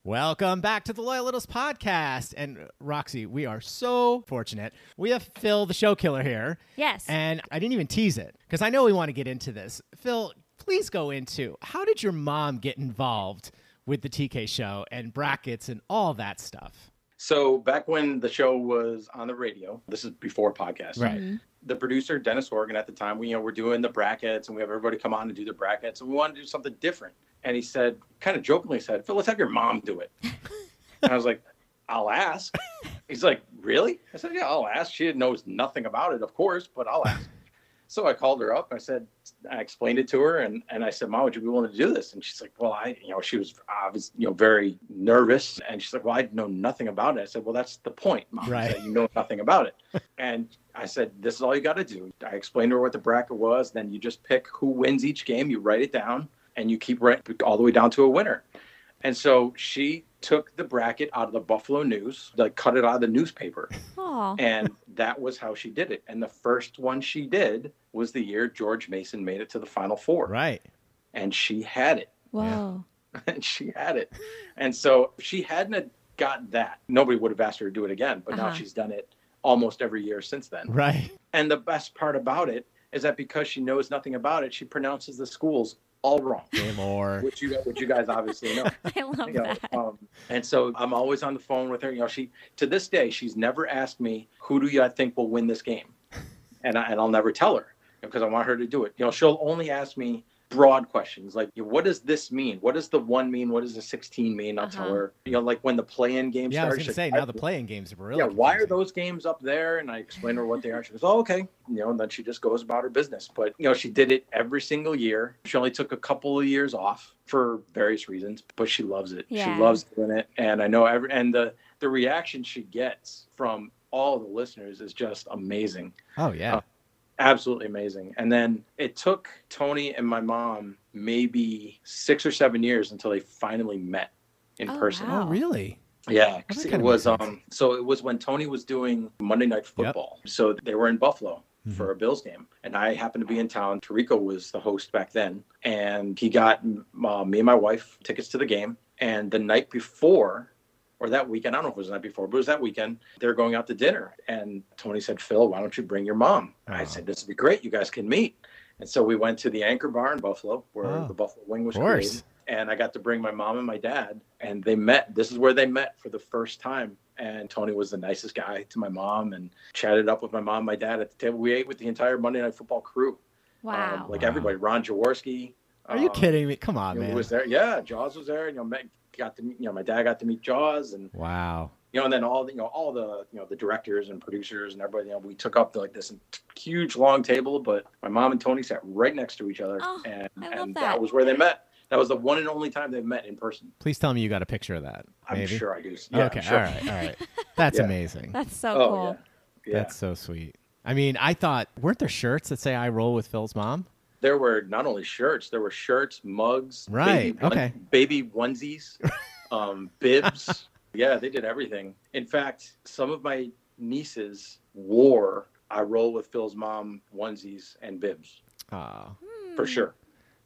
Speaker 2: Welcome back to the Loyal Littles podcast. And uh, Roxy, we are so fortunate. We have Phil, the show killer, here.
Speaker 4: Yes.
Speaker 2: And I didn't even tease it because I know we want to get into this. Phil, please go into how did your mom get involved with the TK show and brackets and all that stuff?
Speaker 8: So back when the show was on the radio, this is before podcast.
Speaker 2: Right.
Speaker 8: the producer Dennis Horgan at the time, we you know we're doing the brackets and we have everybody come on and do the brackets, and we wanted to do something different. And he said, kind of jokingly said, "Phil, let's have your mom do it." and I was like, "I'll ask." He's like, "Really?" I said, "Yeah, I'll ask." She knows nothing about it, of course, but I'll ask. so I called her up. I said, I explained it to her, and and I said, "Mom, would you be willing to do this?" And she's like, "Well, I, you know, she was obviously, you know, very nervous, and she's like, "Well, I know nothing about it." I said, "Well, that's the point, Mom, is
Speaker 2: Right.
Speaker 8: that you know nothing about it." And I said, This is all you got to do. I explained to her what the bracket was. Then you just pick who wins each game, you write it down, and you keep right all the way down to a winner. And so she took the bracket out of the Buffalo News, like cut it out of the newspaper.
Speaker 4: oh,
Speaker 8: And that was how she did it. And the first one she did was the year George Mason made it to the Final Four.
Speaker 2: Right.
Speaker 8: And she had it
Speaker 4: whoa.
Speaker 8: and she had it. And so if she hadn't had got that, nobody would have asked her to do it again. But now
Speaker 4: Uh-huh.
Speaker 8: she's done it almost every year since then.
Speaker 2: Right.
Speaker 8: And the best part about it is that because she knows nothing about it, she pronounces the schools all wrong,
Speaker 2: Or
Speaker 8: which you which you guys obviously know.
Speaker 4: I love
Speaker 8: You know,
Speaker 4: that.
Speaker 8: um, and so I'm always on the phone with her. You know, she to this day she's never asked me who do you think will win this game, and I, and I'll never tell her because I want her to do it. You know, she'll only ask me broad questions like what does this mean? What does the one mean? What does the sixteen mean? I'll tell
Speaker 4: Uh-huh.
Speaker 8: her. You know, like when the play-in game
Speaker 2: yeah, I was
Speaker 8: starts.
Speaker 2: going to
Speaker 8: she's
Speaker 2: say
Speaker 8: like,
Speaker 2: now
Speaker 8: "I-
Speaker 2: the playing games are really
Speaker 8: yeah, why are
Speaker 2: confusing.
Speaker 8: those games up there? And I explained to her what they are. She goes, oh, okay. You know, and then she just goes about her business. But, you know, she did it every single year. She only took a couple of years off for various reasons, but she loves it.
Speaker 4: Yeah.
Speaker 8: She loves doing it. And I know every, and the, the reaction she gets from all the listeners is just amazing
Speaker 2: Oh yeah.
Speaker 8: Oh. absolutely amazing. And then it took Tony and my mom maybe six or seven years until they finally met in
Speaker 4: Oh,
Speaker 8: person.
Speaker 4: wow.
Speaker 2: Oh really?
Speaker 8: Yeah,
Speaker 2: that
Speaker 8: 'cause
Speaker 2: kinda
Speaker 8: it
Speaker 2: makes
Speaker 8: was
Speaker 2: sense.
Speaker 8: um so it was when Tony was doing Monday Night Football. So they were in Buffalo
Speaker 2: Mm-hmm.
Speaker 8: for a Bills game and I happened to be in town. Tarico was the host back then and he got uh, me and my wife tickets to the game and the night before or that weekend. I don't know if it was the night before, but it was that weekend. They were going out to dinner, and Tony said, "Phil, why don't you bring your mom?" And I
Speaker 2: Oh.
Speaker 8: said, "This would be great. You guys can meet." And so we went to the Anchor Bar in Buffalo, where
Speaker 2: Oh.
Speaker 8: the Buffalo Wing was
Speaker 2: Of course.
Speaker 8: created. And I got to bring my mom and my dad, and they met. This is where they met for the first time. And Tony was the nicest guy to my mom, and chatted up with my mom, and my dad at the table. We ate with the entire Monday Night Football crew. Um,
Speaker 4: Wow.
Speaker 8: like
Speaker 2: Wow.
Speaker 8: everybody, Ron Jaworski.
Speaker 2: Are you
Speaker 8: um,
Speaker 2: kidding me? Come on,
Speaker 8: you know,
Speaker 2: man.
Speaker 8: was there? Yeah, Jaws was there. You know, met, got to meet, you know my dad got to meet Jaws, and
Speaker 2: Wow.
Speaker 8: you know, and then all the, you know all the you know the directors and producers and everybody. You know, we took up like this huge long table, but my mom and Tony sat right next to each other,
Speaker 4: Oh,
Speaker 8: and
Speaker 4: I love
Speaker 8: and
Speaker 4: that.
Speaker 8: was where they met. That was the one and only time they met in person.
Speaker 2: Please tell me you got a picture of that.
Speaker 8: I'm
Speaker 2: Maybe?
Speaker 8: sure I do. Yeah, I'm
Speaker 2: okay.
Speaker 8: sure.
Speaker 2: All right. All right. That's
Speaker 8: Yeah.
Speaker 2: amazing.
Speaker 4: That's so
Speaker 8: Oh
Speaker 4: cool.
Speaker 8: yeah, yeah.
Speaker 2: That's so sweet. I mean, I thought weren't there shirts that say "I roll with Phil's mom"?
Speaker 8: There were not only shirts, there were shirts, mugs,
Speaker 2: Right,
Speaker 8: Baby, one-
Speaker 2: okay.
Speaker 8: baby onesies, um, bibs. Yeah, they did everything. In fact, some of my nieces wore "I roll with Phil's mom" onesies and bibs
Speaker 2: Oh,
Speaker 8: for
Speaker 4: Hmm,
Speaker 8: sure.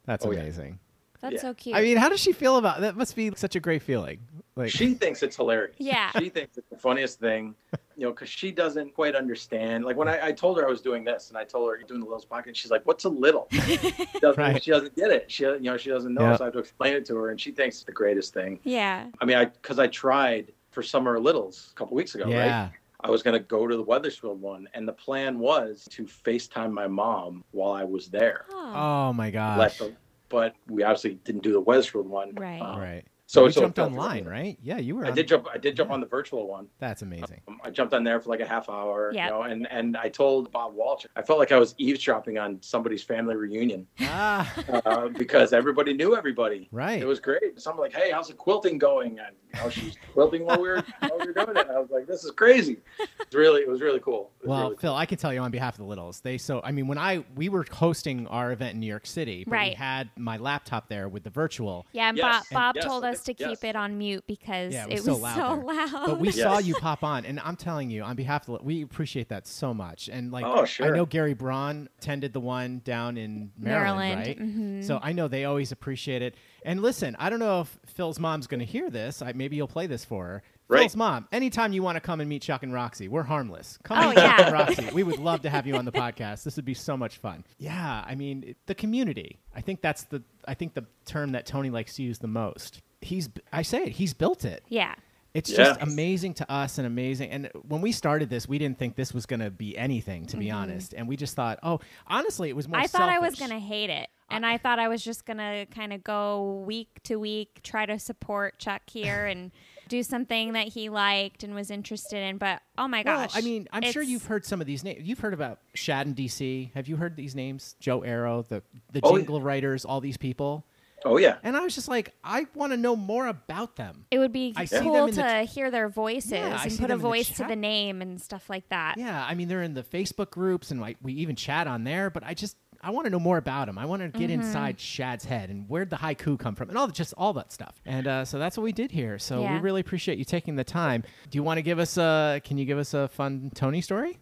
Speaker 2: that's
Speaker 8: Oh, yeah.
Speaker 2: amazing.
Speaker 4: That's
Speaker 8: Yeah.
Speaker 4: so cute.
Speaker 2: I mean, how does she feel about that? Must be such a great feeling. Like,
Speaker 8: she thinks it's hilarious.
Speaker 4: Yeah.
Speaker 8: She thinks it's the funniest thing, you know, because she doesn't quite understand. Like when I, I told her I was doing this and I told her you're doing the little pocket, she's like, What's a little? She doesn't,
Speaker 2: Right.
Speaker 8: she doesn't get it. She, you know, she doesn't know.
Speaker 2: Yeah.
Speaker 8: So I have to explain it to her and she thinks it's the greatest thing.
Speaker 4: yeah.
Speaker 8: I mean, I, because I tried for Summer Littles a couple weeks ago, right?
Speaker 2: yeah,
Speaker 8: I was going to go to the Weathersfield one. And the plan was to FaceTime my mom while I was there.
Speaker 4: Oh.
Speaker 2: oh my
Speaker 8: Let
Speaker 2: gosh,
Speaker 8: the- but we obviously didn't do the Weathersfield one.
Speaker 4: Right.
Speaker 2: right?
Speaker 8: So
Speaker 2: you
Speaker 8: so-
Speaker 2: jumped online, right? Yeah, you were.
Speaker 8: I
Speaker 2: on-
Speaker 8: did jump. I did jump on the virtual one.
Speaker 2: That's amazing.
Speaker 8: Um, I jumped on there for like a half hour,
Speaker 4: Yep.
Speaker 8: you know, and and I told Bob Walsh I felt like I was eavesdropping on somebody's family reunion
Speaker 2: ah,
Speaker 8: uh, because everybody knew everybody.
Speaker 2: right.
Speaker 8: It was great. So I'm like, hey, how's the quilting going? And you know, she's quilting while we were while we were doing it. And I was like, this is crazy. It's really, it was really cool. It was
Speaker 2: Well,
Speaker 8: really cool.
Speaker 2: Phil, I can tell you on behalf of the Littles, they so I mean when I we were hosting our event in New York City, but we
Speaker 4: Right.
Speaker 2: had my laptop there with the virtual,
Speaker 4: Yeah, and
Speaker 8: Yes,
Speaker 4: Bob, Bob
Speaker 8: yes,
Speaker 4: told
Speaker 8: I
Speaker 4: us to
Speaker 8: think-
Speaker 4: keep
Speaker 8: yes.
Speaker 4: it on mute because
Speaker 2: Yeah,
Speaker 4: it was, so loud.
Speaker 2: but we
Speaker 8: Yes.
Speaker 2: saw you pop on, and I'm telling you on behalf of the, we appreciate that so much, and like
Speaker 8: Oh, sure.
Speaker 2: I know Gary Braun attended the one down in Maryland,
Speaker 4: Maryland,
Speaker 2: right?
Speaker 4: mhm.
Speaker 2: So I know they always appreciate it. And listen, I don't know if Phil's mom's going to hear this. I, maybe you'll play this for her.
Speaker 8: Right.
Speaker 2: Phil's mom, anytime you want to come and meet Chuck and Roxy, we're harmless. Come
Speaker 4: Oh,
Speaker 2: meet Chuck
Speaker 4: yeah.
Speaker 2: and Roxy. We would love to have you on the podcast. This would be so much fun. Yeah, I mean, it- the community. I think that's the I think the term that Tony likes to use the most. He's I say it, he's built it.
Speaker 4: yeah.
Speaker 2: It's
Speaker 8: Yeah.
Speaker 2: just amazing to us and amazing. And when we started this, we didn't think this was going to be anything, to be honest. And we just thought, oh, honestly, it was more.
Speaker 4: Mm-hmm. I thought I was
Speaker 2: selfish.
Speaker 4: going to hate it. And I thought I was just going to kind of go week to week, try to support Chuck here and do something that he liked and was interested in. But oh my
Speaker 2: Well,
Speaker 4: gosh.
Speaker 2: I mean, I'm sure
Speaker 4: it's-
Speaker 2: you've heard some of these names. You've heard about Shad and DC. Have you heard these names? Joe Arrow, the the
Speaker 8: Oh, yeah.
Speaker 2: jingle writers, all these people.
Speaker 8: oh yeah,
Speaker 2: And I was just like, I want to know more about them.
Speaker 4: It would be
Speaker 2: I see them
Speaker 4: cool
Speaker 2: in
Speaker 4: to
Speaker 2: the
Speaker 4: hear their voices
Speaker 2: Yeah, I see
Speaker 4: and put
Speaker 2: them
Speaker 4: a
Speaker 2: in the
Speaker 4: voice to
Speaker 2: chat.
Speaker 4: the name and stuff like that.
Speaker 2: Yeah, I mean, they're in the Facebook groups, and like, we even chat on there. But I just I want to know more about them. I want to get
Speaker 4: Mm-hmm.
Speaker 2: inside Shad's head and where'd the haiku come from, and all just all that stuff. And uh, so that's what we did here. So we
Speaker 4: Yeah.
Speaker 2: really appreciate you taking the time. Do you want to give us a? Can you give us a fun Tony story?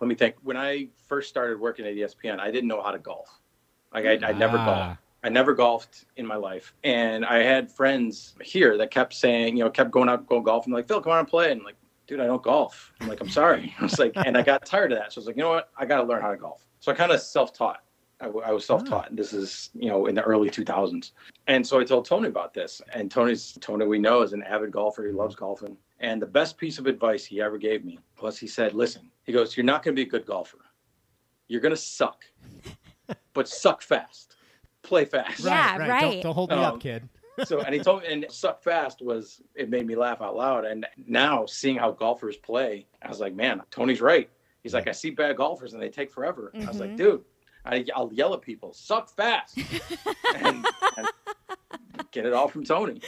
Speaker 8: let me think. When I first started working at E ESPN, I didn't know how to golf. Like I, I never
Speaker 2: Ah.
Speaker 8: golfed. I never golfed in my life, and I had friends here that kept saying, you know, kept going out go golf and like Phil, come on and play, and I'm like, dude, I don't golf. I'm like, I'm sorry. I was like, and I got tired of that, so I was like, you know what, I got to learn how to golf. So I kind of self-taught. I, w- I was self-taught. And This is you know in the early 2000s. And so I told Tony about this, and Tony's Tony we know is an avid golfer. He loves golfing. And the best piece of advice he ever gave me was he said, "Listen, he goes, you're not going to be a good golfer. You're going to suck, but suck fast, play fast."
Speaker 4: Yeah,
Speaker 2: Don't- Don't,
Speaker 4: right. Oh.
Speaker 2: hold me
Speaker 8: Um,
Speaker 2: up, kid.
Speaker 8: So, and he told me, and suck fast was it made me laugh out loud. And now seeing how golfers play, I was like, man, Tony's right. He's like, I see bad golfers and they take forever. I was like,
Speaker 4: Mhm.
Speaker 8: dude, I, I'll yell at people, suck fast, and, and get it all from Tony.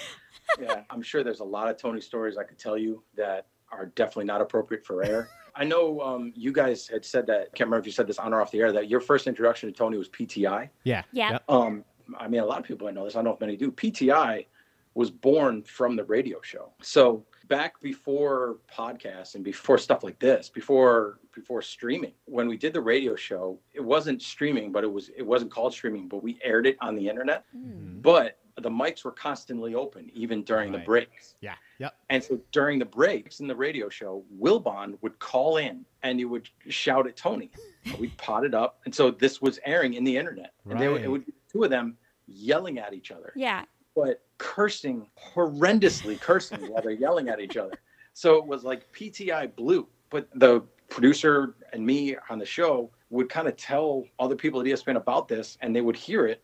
Speaker 8: Yeah, I'm sure there's a lot of Tony stories I could tell you that are definitely not appropriate for air. I know um, you guys had said that. I can't remember if you said this on or off the air that your first introduction to Tony was PTI.
Speaker 2: Yeah.
Speaker 4: Yeah.
Speaker 2: Yep.
Speaker 8: Um, I mean, a lot of people I know this. I don't know if many do. PTI was born from the radio show. So back before podcasts and before stuff like this, before before streaming, when we did the radio
Speaker 4: Mm-hmm.
Speaker 8: show, it wasn't streaming, but it was it wasn't called streaming, but we aired it on the internet. But the mics were constantly open, even during the
Speaker 2: Right.
Speaker 8: breaks.
Speaker 2: Yeah. Yep.
Speaker 8: And so during the breaks in the radio show, Wilbon would call in and he would shout at Tony. We'd pot it up. And so this was airing in the internet. And they would,
Speaker 2: Right.
Speaker 8: it would be two of them yelling at each other,
Speaker 4: Yeah.
Speaker 8: but cursing horrendously, cursing while they're yelling at each other. So it was like PTI blue. But the producer and me on the show would kind of tell other people at E ESPN about this and they would hear it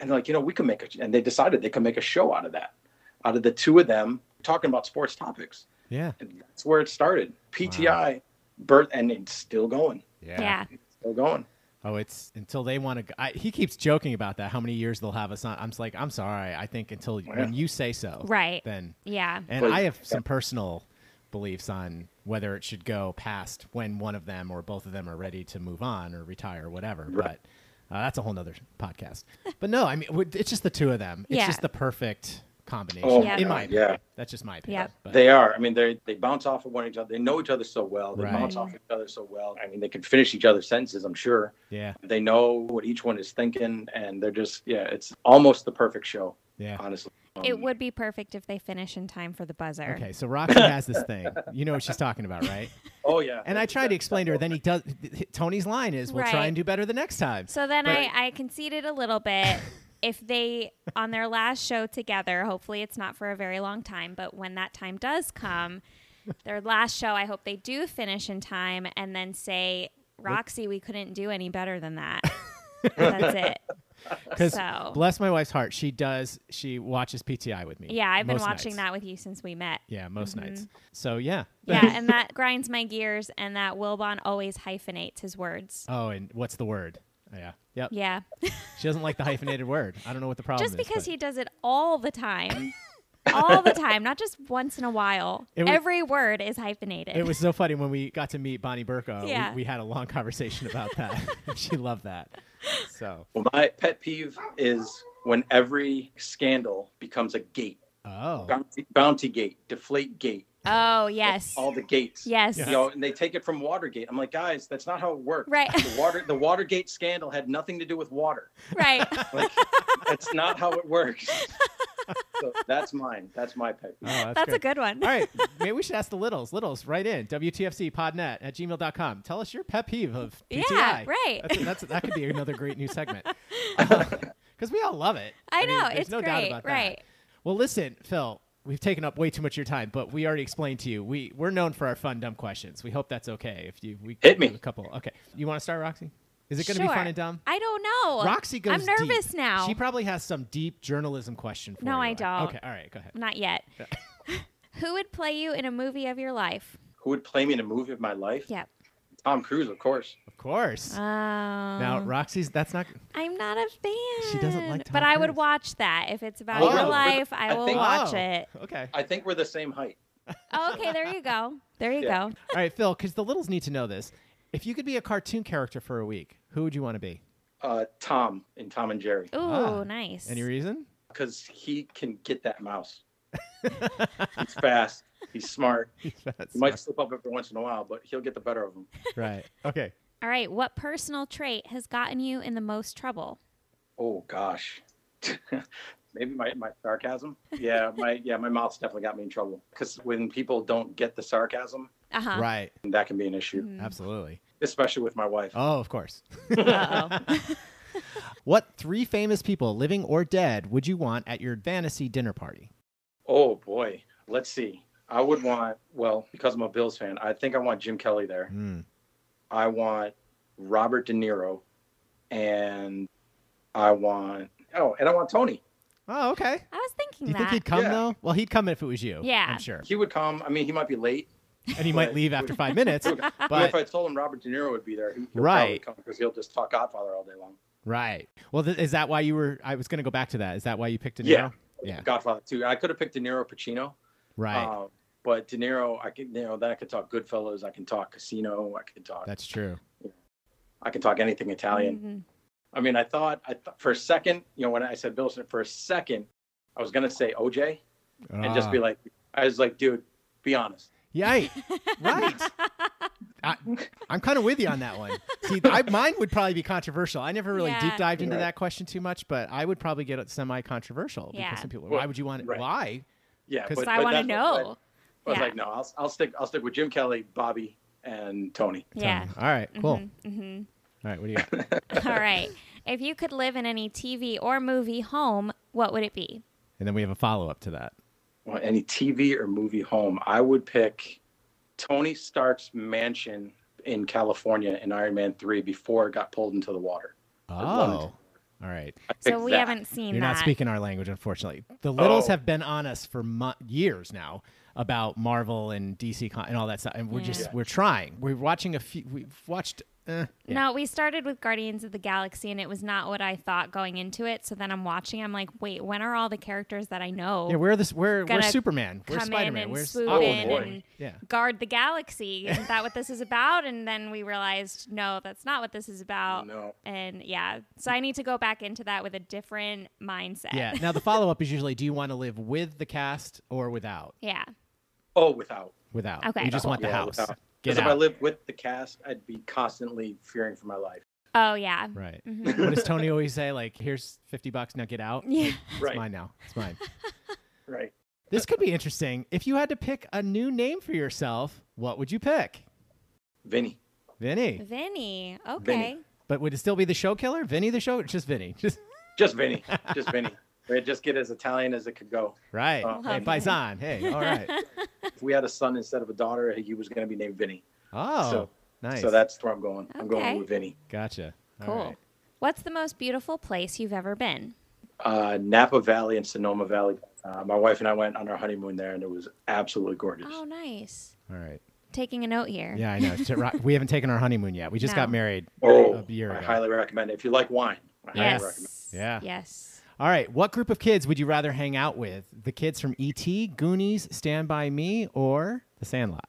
Speaker 8: and like, you know, we can make a, and they decided they could make a show out of that, out of the two of them talking about sports topics.
Speaker 2: Yeah.
Speaker 8: And that's where it started. PTI, birth, and it's still going,
Speaker 2: Yeah.
Speaker 4: Yeah.
Speaker 8: still going.
Speaker 2: Oh, it's until they want to. I, he keeps joking about that. How many years they'll have us on? I'm just like, I'm sorry. I think until when you say so,
Speaker 4: Right.
Speaker 2: Then,
Speaker 4: Yeah.
Speaker 2: and
Speaker 8: Well,
Speaker 2: I have some personal beliefs on whether it should go past when one of them or both of them are ready to move on or retire, or whatever. But uh, that's a whole nother podcast. but no, I mean, w- it's just the two of them. It's
Speaker 4: Yeah.
Speaker 2: just the perfect combination,
Speaker 8: Oh
Speaker 4: my
Speaker 2: in my
Speaker 8: God, yeah.
Speaker 2: opinion. That's just my opinion.
Speaker 4: Yep.
Speaker 2: But-
Speaker 8: They are. I mean, they they bounce off of one another. They know each other so well. They
Speaker 2: Right.
Speaker 8: bounce off each other so well. I mean, they can finish each other's sentences. I'm sure
Speaker 2: yeah.
Speaker 8: they know what each one is thinking, and they're just yeah. It's almost the perfect show,
Speaker 2: Yeah.
Speaker 8: honestly. Um,
Speaker 2: Um,
Speaker 4: It would be perfect if they finish in time for the buzzer.
Speaker 2: Okay, so Roxy has this thing. You know what she's talking about, right?
Speaker 8: Oh yeah.
Speaker 2: And I tried to explain to her. Then he does. Tony's line is, "We'll try
Speaker 4: Right.
Speaker 2: and do better the next time."
Speaker 4: So then
Speaker 8: Right.
Speaker 4: I, I conceded a little bit. if they, on their last show together, hopefully it's not for a very long time, but when that time does come, their last show, I hope they do finish in time and then say, Roxy, we couldn't do any better than that. That's it.
Speaker 2: Because
Speaker 4: So-
Speaker 2: bless my wife's heart, she does. She watches PTI with me.
Speaker 4: Yeah, I've been
Speaker 2: most nights.
Speaker 4: watching that with you since we met.
Speaker 2: Yeah, most nights. So yeah.
Speaker 4: Mm-hmm. Yeah, and that grinds my gears, and that Wilbon always hyphenates his words.
Speaker 2: oh, and what's the word? Yeah. Yep.
Speaker 4: Yeah.
Speaker 2: She doesn't like the hyphenated word. I don't know what the problem
Speaker 4: just
Speaker 2: is.
Speaker 4: because
Speaker 2: but-
Speaker 4: he does it all the time all the time not just once in a while
Speaker 2: It was-
Speaker 4: every word is hyphenated
Speaker 2: It was so funny when we got to meet Bonnie Burko.
Speaker 4: Yeah.
Speaker 2: We, we had a long conversation about that. she loved that. So.
Speaker 8: Well, my pet peeve is when every scandal becomes a gate,
Speaker 2: Oh.
Speaker 8: bounty, bounty gate, deflate gate,
Speaker 4: oh yes
Speaker 8: all the gates.
Speaker 4: yes
Speaker 8: you know, and they take it from Watergate. I'm like, guys, that's not how it worked.
Speaker 4: Right.
Speaker 8: The water, the Watergate scandal had nothing to do with water.
Speaker 4: right
Speaker 8: Like, that's not how it works. So that's mine. That's my pick.
Speaker 2: Oh, that's,
Speaker 4: that's
Speaker 2: great.
Speaker 4: a good one
Speaker 2: All right. Maybe we should ask the Littles. Littles, right in. WTFCpodnet at gmail.com. Tell us your pet peeve of PTI.
Speaker 4: Yeah, right.
Speaker 2: That's, that's, that could be another great new segment. Because we all love it.
Speaker 4: i
Speaker 2: mean,
Speaker 4: know
Speaker 2: there's
Speaker 4: it's
Speaker 2: no
Speaker 4: great
Speaker 2: doubt about that.
Speaker 4: right
Speaker 2: Well, listen, Phil, we've taken up way too much of your time, but we already explained to you we, we're known for our fun, dumb questions. We hope that's okay. If you we
Speaker 8: Hit me.
Speaker 2: do a couple. Okay. You want to start, Roxy? Is it going to be fun
Speaker 4: Sure.
Speaker 2: and dumb?
Speaker 4: i don't know
Speaker 2: Roxy goes.
Speaker 4: i'm nervous
Speaker 2: deep.
Speaker 4: now
Speaker 2: She probably has some deep journalism question for
Speaker 4: No,
Speaker 2: you.
Speaker 4: I don't.
Speaker 2: Okay, all right, go ahead.
Speaker 4: not yet who would play you in a movie of your life
Speaker 8: Who would play me in a movie of my life?
Speaker 4: yep
Speaker 8: Tom Cruise, of course.
Speaker 2: Of course.
Speaker 4: um,
Speaker 2: now, Roxy's. That's not.
Speaker 4: i'm not a fan
Speaker 2: She doesn't like
Speaker 4: but
Speaker 2: Tom
Speaker 4: i would
Speaker 2: Cruise.
Speaker 4: watch that if it's about
Speaker 8: Oh,
Speaker 4: your
Speaker 8: really?
Speaker 4: life i,
Speaker 8: I
Speaker 4: will
Speaker 8: think-
Speaker 4: watch
Speaker 2: Oh,
Speaker 4: it
Speaker 2: Okay.
Speaker 8: I think we're the same height.
Speaker 4: oh, okay there you go there you
Speaker 8: Yeah.
Speaker 4: go
Speaker 2: All right, Phil, because the littles need to know this. If you could be a cartoon character for a week, who would you want to be?
Speaker 8: Uh, Tom in Tom and Jerry,
Speaker 4: Ooh,
Speaker 2: Ah.
Speaker 4: nice.
Speaker 2: Any reason?
Speaker 8: because he can get that mouse. he's fast. He's smart.
Speaker 2: That's
Speaker 8: He might slip up every once in a while, but he'll get the better of him.
Speaker 2: right. Okay.
Speaker 4: All right, what personal trait has gotten you in the most trouble?
Speaker 8: Oh gosh. Maybe my, my sarcasm. Yeah, my yeah, my mouth's definitely got me in trouble. Because when people don't get the sarcasm,
Speaker 4: Uh huh.
Speaker 2: Right.
Speaker 8: that can be an issue.
Speaker 2: Mm-hmm. Absolutely.
Speaker 8: Especially with my wife.
Speaker 2: Oh, of course.
Speaker 4: Uh-oh.
Speaker 2: What three famous people, living or dead, would you want at your fantasy dinner party?
Speaker 8: Oh boy. Let's see. I would want well, because I'm a Bills fan, I think I want Jim Kelly there.
Speaker 2: Hmm.
Speaker 8: I want Robert De Niro and I want oh, and I want Tony.
Speaker 2: Oh, okay.
Speaker 4: I was thinking
Speaker 2: Do you
Speaker 4: that.
Speaker 2: think he'd come
Speaker 8: Yeah.
Speaker 2: though? Well, he'd come if it was you.
Speaker 4: Yeah.
Speaker 2: I'm sure.
Speaker 8: He would come. I mean he might be late.
Speaker 2: And he might leave after five minutes.
Speaker 8: But if
Speaker 2: But
Speaker 8: I told him Robert De Niro would be there, he- he'll probably
Speaker 2: Right.
Speaker 8: come because he'll just talk Godfather all day long.
Speaker 2: right. Well, th- is that why you were? I was going to go back to that. Is that why you picked De Niro?
Speaker 8: Yeah.
Speaker 2: Yeah.
Speaker 8: Godfather too. I could have picked De Niro Pacino.
Speaker 2: Right.
Speaker 8: Um, but De Niro, I can you know then I can talk Goodfellas, I can talk Casino, I can talk
Speaker 2: That's true.
Speaker 8: I can talk anything Italian.
Speaker 4: Mhm.
Speaker 8: I mean, I thought I th- for a second, you know, when I said Bill Smith, for a second, I was gonna say OJ and just
Speaker 2: Ah.
Speaker 8: be like, I was like, dude, be honest.
Speaker 2: Yikes. right. I, I'm kind of with you on that one. See, I, mine would probably be controversial. I never really
Speaker 4: Yeah.
Speaker 2: deep dived into
Speaker 6: Right.
Speaker 2: that question too much, but I would probably get it semi-controversial
Speaker 4: Yeah.
Speaker 2: because some people,
Speaker 8: Well,
Speaker 2: why would you want it?
Speaker 8: right.
Speaker 2: Why?
Speaker 8: Yeah,
Speaker 2: 'Cause
Speaker 8: but,
Speaker 4: So I
Speaker 8: but
Speaker 4: want to
Speaker 8: that's what-
Speaker 4: know.
Speaker 8: I was
Speaker 4: Yeah.
Speaker 8: like, no, I'll, I'll stick. I'll stick with Jim Kelly, Bobby, and Tony.
Speaker 4: Yeah.
Speaker 2: All right, cool.
Speaker 4: hmm
Speaker 2: All right, what do you got?
Speaker 4: All right. If you could live in any TV or movie home, what would it be?
Speaker 2: And then we have a follow-up to that.
Speaker 8: Well, any TV or movie home, I would pick Tony Stark's mansion in California in Iron Man Three before it got pulled into the water.
Speaker 2: Oh.
Speaker 8: love
Speaker 2: All right.
Speaker 8: I
Speaker 4: So
Speaker 8: picked
Speaker 4: we
Speaker 8: that.
Speaker 4: haven't seen
Speaker 2: You're
Speaker 4: that.
Speaker 2: not speaking our language, unfortunately. The littles
Speaker 8: Oh.
Speaker 2: have been on us for mo- years now about Marvel and DC con- and all that stuff, and we're
Speaker 4: Yeah.
Speaker 2: just we're trying. We're watching a few. We've watched. Uh, yeah.
Speaker 4: No, we started with Guardians of the Galaxy, and it was not what I thought going into it. So then I'm watching. I'm like, wait, when are all the characters that I know
Speaker 2: Yeah, where this? Where
Speaker 4: Gonna
Speaker 2: where's Superman? Where's
Speaker 4: come
Speaker 2: Spider
Speaker 4: in
Speaker 2: Man?
Speaker 4: and
Speaker 2: Where's
Speaker 4: swoop
Speaker 8: Oh,
Speaker 4: in
Speaker 8: boy.
Speaker 4: and
Speaker 2: Yeah.
Speaker 4: guard the galaxy? Isn't that what this is about? And then we realized, no, that's not what this is about.
Speaker 8: No.
Speaker 4: And yeah, so I need to go back into that with a different mindset.
Speaker 2: Yeah. Now the follow up is usually: Do you want to live with the cast or without?
Speaker 4: yeah.
Speaker 8: Oh, without.
Speaker 2: Without.
Speaker 4: Okay.
Speaker 2: You just want the
Speaker 8: Yeah,
Speaker 2: house.
Speaker 8: without.
Speaker 2: Get
Speaker 8: Because if I
Speaker 2: out.
Speaker 8: lived with the cast, I'd be constantly fearing for my life.
Speaker 4: Oh yeah.
Speaker 2: right.
Speaker 4: Mhm.
Speaker 2: What does Tony always say? Like, here's fifty bucks. Now get out.
Speaker 4: Yeah.
Speaker 2: It's
Speaker 8: Right.
Speaker 2: mine now. It's mine.
Speaker 8: Right.
Speaker 2: this could be interesting. If you had to pick a new name for yourself, what would you pick?
Speaker 8: Vinny.
Speaker 2: Vinny.
Speaker 4: Vinny. Okay.
Speaker 8: Vinny.
Speaker 2: But would it still be the show killer? Vinny the show? Just Vinny. Just
Speaker 8: Just Vinny. Just Vinny. Right, Just get as Italian as it could go.
Speaker 2: right.
Speaker 8: Oh,
Speaker 2: hey,
Speaker 4: okay.
Speaker 2: Paisan. Hey, all right.
Speaker 8: If we had a son instead of a daughter, he was going to be named Vinny.
Speaker 2: Oh,
Speaker 8: So-
Speaker 2: nice.
Speaker 8: So that's where I'm going. I'm
Speaker 4: Okay.
Speaker 8: going with Vinny.
Speaker 2: gotcha. All
Speaker 4: Cool.
Speaker 2: right.
Speaker 4: What's the most beautiful place you've ever been?
Speaker 8: Uh, Napa Valley and Sonoma Valley. Uh, my wife and I went on our honeymoon there, and it was absolutely gorgeous.
Speaker 4: Oh, nice.
Speaker 2: All right.
Speaker 4: Taking a note here.
Speaker 2: Yeah, I know. It's a rock- we haven't taken our honeymoon yet. We just
Speaker 4: No.
Speaker 2: got married
Speaker 8: Oh,
Speaker 2: a year
Speaker 8: I
Speaker 2: ago.
Speaker 8: highly recommend it. If you like wine, I
Speaker 4: Yes.
Speaker 8: highly recommend it.
Speaker 2: Yeah.
Speaker 4: Yes.
Speaker 2: All right. What group of kids would you rather hang out with? The kids from E.T., Goonies, Stand By Me, or The Sandlot?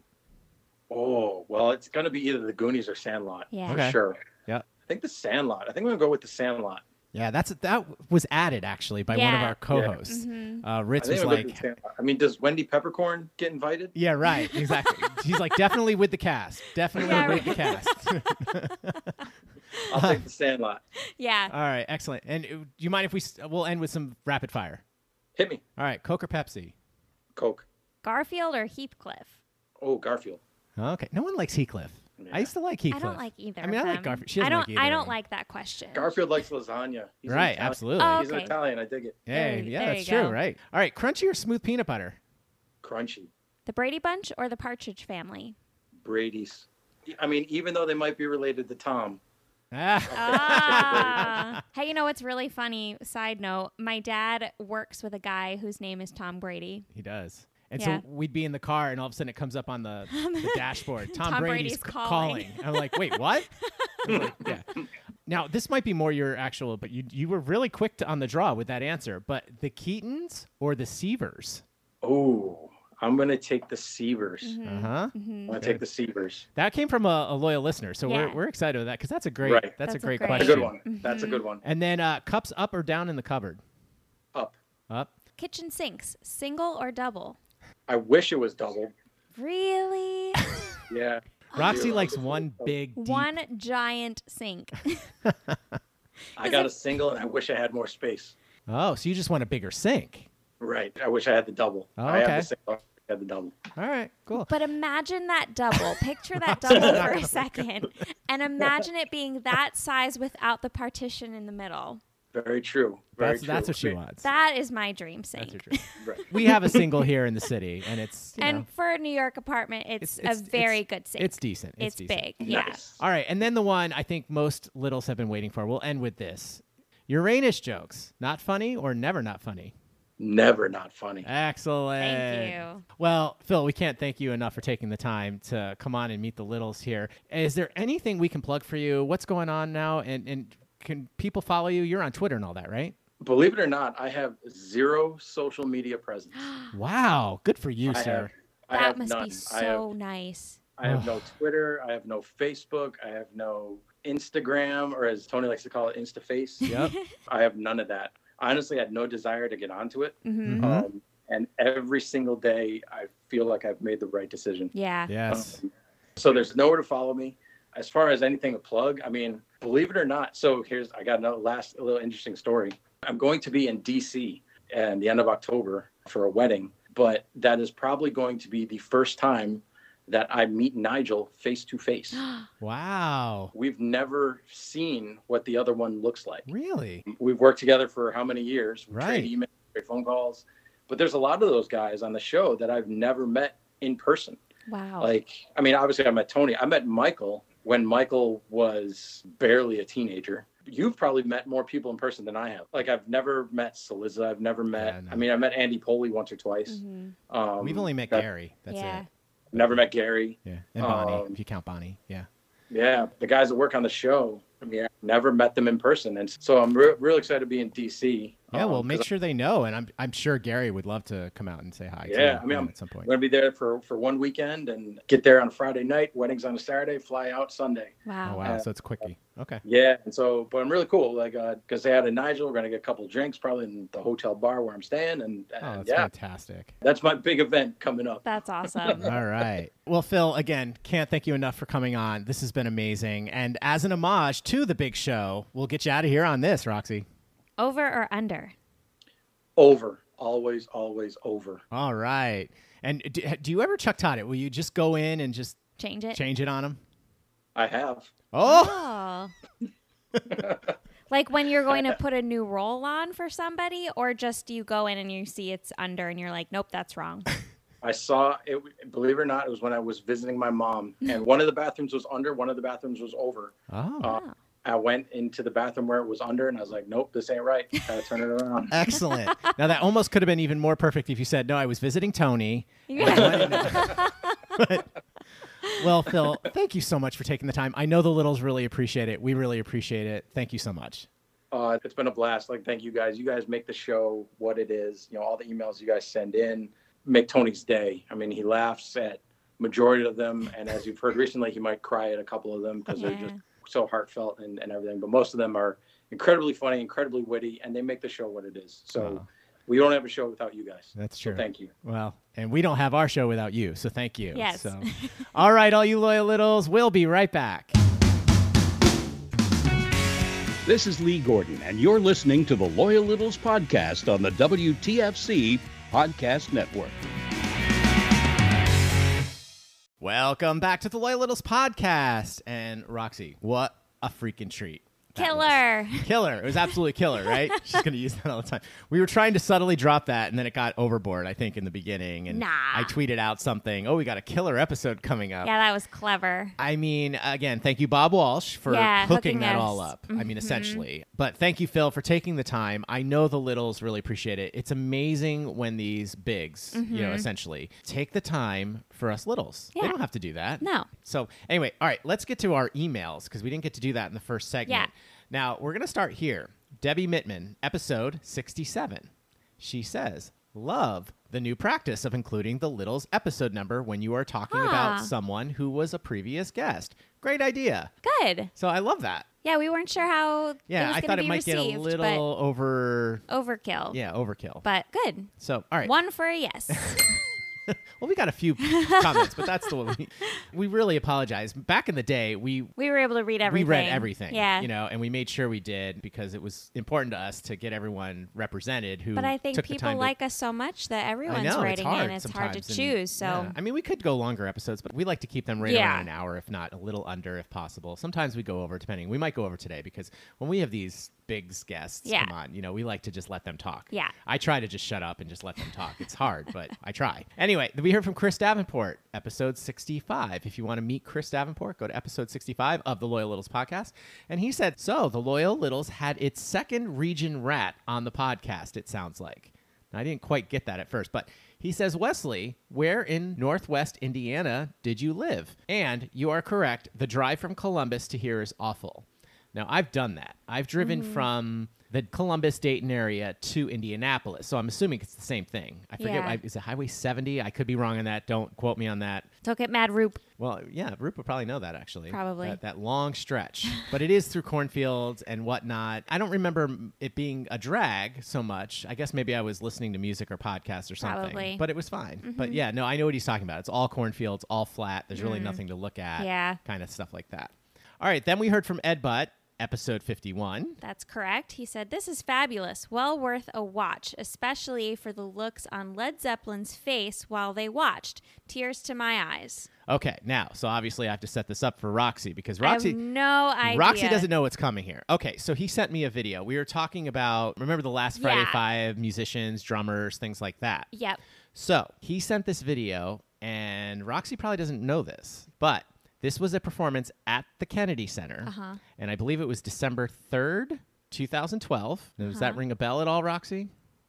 Speaker 8: Oh, well, it's going to be either the Goonies or Sandlot.
Speaker 4: Yeah.
Speaker 8: For
Speaker 2: Okay.
Speaker 8: sure.
Speaker 2: Yeah.
Speaker 8: I think the Sandlot. I think I'm going to go with the Sandlot.
Speaker 2: Yeah, that's that was added actually by one of
Speaker 4: Yeah. Mm-hmm.
Speaker 2: our co-hosts. Uh,
Speaker 8: I
Speaker 2: Ritz was
Speaker 8: think I'm gonna go with
Speaker 2: like,
Speaker 8: the Sandlot. I mean, does Wendy Peppercorn get invited?
Speaker 2: "Yeah, right, exactly." He's like, "Definitely with the cast. Definitely
Speaker 4: Yeah,
Speaker 2: with the cast."
Speaker 8: I'll take the Sandlot.
Speaker 4: Yeah.
Speaker 2: All right, excellent. And uh, do you mind if we s- we'll end with some rapid fire?
Speaker 8: Hit me,
Speaker 2: All right, Coke or Pepsi?
Speaker 8: Coke.
Speaker 4: Garfield or Heathcliff?
Speaker 8: Oh, Garfield.
Speaker 2: Okay, no one likes Heathcliff. I
Speaker 8: Yeah.
Speaker 2: used to like Heathcliff.
Speaker 4: I don't like either.
Speaker 2: I mean,
Speaker 4: of
Speaker 2: I like
Speaker 4: them.
Speaker 2: Garfield. She
Speaker 4: I
Speaker 2: doesn't like
Speaker 4: don't.
Speaker 2: either.
Speaker 4: I
Speaker 2: of
Speaker 4: don't
Speaker 2: them.
Speaker 4: like that question.
Speaker 8: Garfield likes lasagna. He's an
Speaker 2: Right,
Speaker 8: Italian.
Speaker 2: absolutely.
Speaker 4: Oh,
Speaker 8: He's an
Speaker 4: okay.
Speaker 8: Italian. I dig it.
Speaker 2: Hey,
Speaker 4: There-
Speaker 2: yeah,
Speaker 4: there
Speaker 2: that's
Speaker 4: you
Speaker 2: true,
Speaker 4: go.
Speaker 2: right? All right, crunchy or smooth peanut butter?
Speaker 8: Crunchy.
Speaker 4: The Brady Bunch or the Partridge Family?
Speaker 8: Brady's. I mean, even though they might be related to Tom,
Speaker 2: Ah,
Speaker 4: Ah. hey, you know what's really funny? Side note: My dad works with a guy whose name is Tom Brady.
Speaker 2: he does. And
Speaker 4: Yeah.
Speaker 2: so we'd be in the car, and all of a sudden it comes up on the, the dashboard. Tom,
Speaker 4: Tom
Speaker 2: Brady's,
Speaker 4: Brady's
Speaker 2: c-
Speaker 4: calling.
Speaker 2: I'm like, wait, what? yeah. Now this might be more your actual, but you you were really quick to, on the draw with that answer. But the Keatons or the Seavers?
Speaker 8: oh, I'm going to take the Seavers.
Speaker 4: Mm-hmm.
Speaker 2: Uh huh.
Speaker 8: I'm going to take the Seavers.
Speaker 2: That came from a, a loyal listener, so
Speaker 4: Yeah.
Speaker 2: we're, we're excited with that because that's a great
Speaker 8: Right.
Speaker 2: that's,
Speaker 4: That's
Speaker 2: a
Speaker 4: a
Speaker 2: great
Speaker 4: great-
Speaker 8: That's
Speaker 2: question.
Speaker 8: a good one. That's
Speaker 4: Mm-hmm.
Speaker 8: a good one.
Speaker 2: And then uh, cups up or down in the cupboard?
Speaker 8: Up.
Speaker 2: Up.
Speaker 4: Kitchen sinks: single or double?
Speaker 8: I wish it was double.
Speaker 4: Really?
Speaker 8: Yeah.
Speaker 2: Roxy
Speaker 8: Yeah.
Speaker 2: likes one big deep.
Speaker 4: One giant sink.
Speaker 8: I got a single and I wish I had more space.
Speaker 2: Oh, so you just want a bigger sink?
Speaker 8: Right. I wish I had the double.
Speaker 2: Oh,
Speaker 8: I
Speaker 2: okay.
Speaker 8: have the single. I had the double.
Speaker 2: All right, cool.
Speaker 4: But imagine that double. Picture that double for a second. And imagine it being that size without the partition in the middle.
Speaker 8: Very true. Very
Speaker 2: That's
Speaker 8: true.
Speaker 2: that's what she wants.
Speaker 4: That is my dream
Speaker 2: That's
Speaker 4: sink.
Speaker 2: your dream.
Speaker 8: Right.
Speaker 2: we have a single here in the city, and it's you
Speaker 4: and
Speaker 2: know,
Speaker 4: for a New York apartment,
Speaker 2: It's-
Speaker 4: it's, a
Speaker 2: it's-
Speaker 4: very
Speaker 2: it's-
Speaker 4: good sink.
Speaker 2: it's decent. It's
Speaker 4: It's,
Speaker 2: decent.
Speaker 4: big.
Speaker 8: Nice.
Speaker 2: all right. And then the one I think most littles have been waiting for. We'll end with this: Uranus jokes, not funny or never not funny.
Speaker 8: Never not
Speaker 2: Uh,
Speaker 8: funny.
Speaker 2: Excellent.
Speaker 4: Thank you.
Speaker 2: Well, Phil, we can't thank you enough for taking the time to come on and meet the littles here. Is there anything we can plug for you? What's going on now? And and can people follow you? You're on Twitter and all that, right?
Speaker 8: Believe it or not, I have zero social media presence.
Speaker 2: Wow, good for you,
Speaker 8: I
Speaker 2: sir.
Speaker 8: have, I
Speaker 4: That
Speaker 8: have
Speaker 4: must
Speaker 8: none.
Speaker 4: be
Speaker 8: I have,
Speaker 4: so nice.
Speaker 8: I have no Twitter. I have no Facebook. I have no Instagram, or as Tony likes to call it, InstaFace.
Speaker 2: Yep.
Speaker 8: I have none of that. I honestly had no desire to get onto it.
Speaker 4: hmm
Speaker 2: Mhm.
Speaker 8: Um, and every single day, I feel like I've made the right decision.
Speaker 4: Yeah.
Speaker 2: Yes.
Speaker 8: Um, So there's nowhere to follow me. As far as anything to plug, I mean, believe it or not. So here's I got another last little interesting story. I'm going to be in DC and the end of October for a wedding, but that is probably going to be the first time that I meet Nigel face to face.
Speaker 2: Wow.
Speaker 8: We've never seen what the other one looks like.
Speaker 2: Really?
Speaker 8: We've worked together for how many years? We
Speaker 2: Right.
Speaker 8: Trade email, trade phone calls. But there's a lot of those guys on the show that I've never met in person.
Speaker 4: Wow.
Speaker 8: Like, I mean, obviously I met Tony. I met Michael when Michael was barely a teenager. You've probably met more people in person than I have. Like, I've never met Saliza. I've never met.
Speaker 2: Yeah, no.
Speaker 8: I mean, I met Andy Poley once or twice.
Speaker 4: Mhm.
Speaker 8: Um,
Speaker 2: We've only met
Speaker 8: I've
Speaker 2: Gary. That's
Speaker 4: Yeah.
Speaker 2: it.
Speaker 8: Never met Gary.
Speaker 2: Yeah. And Bonnie,
Speaker 8: Um,
Speaker 2: if you count Bonnie. Yeah.
Speaker 8: Yeah, the guys that work on the show. I mean, I never met them in person, and so I'm re- real excited to be in DC.
Speaker 2: Yeah,
Speaker 8: um,
Speaker 2: well,
Speaker 8: 'cause
Speaker 2: make sure they know, and I'm I'm sure Gary would love to come out and say hi. to
Speaker 8: Yeah,
Speaker 2: you,
Speaker 8: I mean,
Speaker 2: you know,
Speaker 8: I'm-
Speaker 2: at some point.
Speaker 8: I'm going to be there for for one weekend and get there on Friday night. Weddings on a Saturday. Fly out Sunday.
Speaker 2: Oh
Speaker 4: Wow.
Speaker 2: wow,
Speaker 8: uh,
Speaker 2: so it's quickie. Okay.
Speaker 8: Yeah, and so, but I'm really cool. Like, because they had a Nigel, we're going to get a couple drinks probably in the hotel bar where I'm staying, and,
Speaker 2: Oh,
Speaker 8: and
Speaker 2: that's
Speaker 8: yeah,
Speaker 2: fantastic.
Speaker 8: that's my big event coming up.
Speaker 4: That's awesome.
Speaker 2: All right. Well, Phil, again, can't thank you enough for coming on. This has been amazing. And as an homage to the big show, we'll get you out of here on this, Roxy.
Speaker 4: Over or under?
Speaker 8: Over, always, always over.
Speaker 2: All right. And do, do you ever Chuck Todd it? Will you just go in and just
Speaker 4: Change it.
Speaker 2: change it on him?
Speaker 8: I have.
Speaker 2: Oh,
Speaker 4: Oh. like when you're going to put a new role on for somebody, or just you go in and you see it's under and you're like, nope, that's wrong.
Speaker 8: I saw it. Believe it or not, it was when I was visiting my mom, and one of the bathrooms was under, one of the bathrooms was over.
Speaker 2: oh,
Speaker 8: Uh, I went into the bathroom where it was under, and I was like, "Nope, this ain't right. Gotta turn it around."
Speaker 2: excellent. now that almost could have been even more perfect if you said, "No, I was visiting Tony."
Speaker 4: Yeah.
Speaker 2: Well, Phil, thank you so much for taking the time. I know the littles really appreciate it. We really appreciate it. Thank you so much.
Speaker 8: Uh, it's been a blast. Like, thank you guys. You guys make the show what it is. You know, all the emails you guys send in make Tony's day. I mean, he laughs at majority of them, and as you've heard recently, he might cry at a couple of them because they're just
Speaker 4: Yeah.
Speaker 8: so heartfelt and, and everything. But most of them are incredibly funny, incredibly witty, and they make the show what it is. So
Speaker 2: Wow.
Speaker 8: we don't have a show without you guys.
Speaker 2: That's
Speaker 8: So
Speaker 2: true.
Speaker 8: thank you.
Speaker 2: Well, and we don't have our show without you, so thank you.
Speaker 4: Yes.
Speaker 2: So, all right, all you loyal littles, we'll be right back.
Speaker 10: This is Lee Gordon, and you're listening to the Loyal Littles podcast on the WTFC Podcast Network.
Speaker 2: Welcome back to the Loyal Littles podcast. And Roxy, what a freaking treat! that was.
Speaker 4: Killer.
Speaker 2: Killer. It was absolutely killer, right? She's going to use that all the time. We were trying to subtly drop that, and then it got overboard, I think, in the beginning. And
Speaker 4: Nah.
Speaker 2: I tweeted out something. Oh, we got a killer episode coming up.
Speaker 4: Yeah, that was clever.
Speaker 2: I mean, again, thank you, Bob Walsh, for
Speaker 4: Yeah,
Speaker 2: hooking,
Speaker 4: hooking
Speaker 2: that
Speaker 4: us. Mm-hmm.
Speaker 2: all up. I mean, essentially. But thank you, Phil, for taking the time. I know the littles really appreciate it. It's amazing when these bigs, you know, essentially take the time for us littles. They
Speaker 4: Mm-hmm. Yeah.
Speaker 2: don't have to do that.
Speaker 4: No.
Speaker 2: So, anyway, all right, let's get to our emails because we didn't get to do that in the first segment.
Speaker 4: Yeah.
Speaker 2: Now, we're going to start here. Debbie Mittman, episode 67. She says, Love the new practice of including the Littles episode number when you are talking
Speaker 4: Ah.
Speaker 2: about someone who was a previous guest. Great idea.
Speaker 4: Good.
Speaker 2: So I love that.
Speaker 4: Yeah, we weren't sure how it
Speaker 2: Yeah,
Speaker 4: was
Speaker 2: I
Speaker 4: gonna
Speaker 2: thought it
Speaker 4: be
Speaker 2: might
Speaker 4: received,
Speaker 2: get a little over.
Speaker 4: but overkill.
Speaker 2: Yeah, overkill.
Speaker 4: But good.
Speaker 2: so, all right.
Speaker 4: One for a yes.
Speaker 2: well, we got a few comments, but that's the one we, we really apologize. Back in the day, we
Speaker 4: we were able to read everything.
Speaker 2: We read everything.
Speaker 4: Yeah.
Speaker 2: You know, and we made sure we did because it was important to us to get everyone represented who
Speaker 4: but I think
Speaker 2: Mm. took the
Speaker 4: people
Speaker 2: time to-
Speaker 4: like us so much that
Speaker 2: I
Speaker 4: everyone's
Speaker 2: know, it's
Speaker 4: writing
Speaker 2: hard
Speaker 4: in. It's hard
Speaker 2: sometimes,
Speaker 4: to
Speaker 2: and-
Speaker 4: choose. So
Speaker 2: yeah. I mean, we could go longer episodes, but we like to keep them right
Speaker 4: Yeah.
Speaker 2: around an hour, if not a little under, if possible. Sometimes we go over, depending. We might go over today because when we have these bigs guests,
Speaker 4: Yeah.
Speaker 2: come on, you know, we like to just let them talk.
Speaker 4: Yeah.
Speaker 2: I try to just shut up and just let them talk. It's hard, but I try. Anyway, we heard from Chris Davenport, episode 65. If you want to meet Chris Davenport, go to episode 65 of the Loyal Littles podcast. And he said, So the Loyal Littles had its second region rat on the podcast, it sounds like. Now, I didn't quite get that at first, but he says, Wesley, where in Northwest Indiana did you live? And you are correct, the drive from Columbus to here is awful. Now, I've done that. I've driven from the Columbus Dayton area to Indianapolis. So I'm assuming it's the same thing. I forget.
Speaker 4: Yeah.
Speaker 2: I, is it Highway 70? I could be wrong on that. Don't quote me on that.
Speaker 4: Don't get mad, Roop.
Speaker 2: Well, yeah, Roop would probably know that actually.
Speaker 4: Probably.
Speaker 2: That, that long stretch. but it is through cornfields and whatnot. I don't remember m- it being a drag so much. I guess maybe I was listening to music or podcasts or something.
Speaker 4: Probably. Mm-hmm.
Speaker 2: But it was fine. But yeah, no, I know what he's talking about. It's all cornfields, all flat. There's really nothing to look at.
Speaker 4: Mm-hmm. Yeah.
Speaker 2: Kind of stuff like that. All right, then we heard from Ed Butt, episode 51.
Speaker 4: That's correct. He said, This is fabulous. Well worth a watch, especially for the looks on Led Zeppelin's face while they watched. Tears to my eyes.
Speaker 2: Okay, now, so obviously I have to set this up for Roxy because
Speaker 4: I
Speaker 2: Roxy
Speaker 4: have no idea.
Speaker 2: Roxy doesn't know what's coming here. Okay, so he sent me a video. We were talking about remember the last Friday
Speaker 4: Yeah.
Speaker 2: Five musicians, drummers, things like that.
Speaker 4: Yep.
Speaker 2: So he sent this video, and Roxy probably doesn't know this, but this was a performance at the Kennedy Center, uh-huh. and I believe it was December third, two thousand twelve. Does
Speaker 4: Uh-huh.
Speaker 2: that ring a bell at all, Roxy?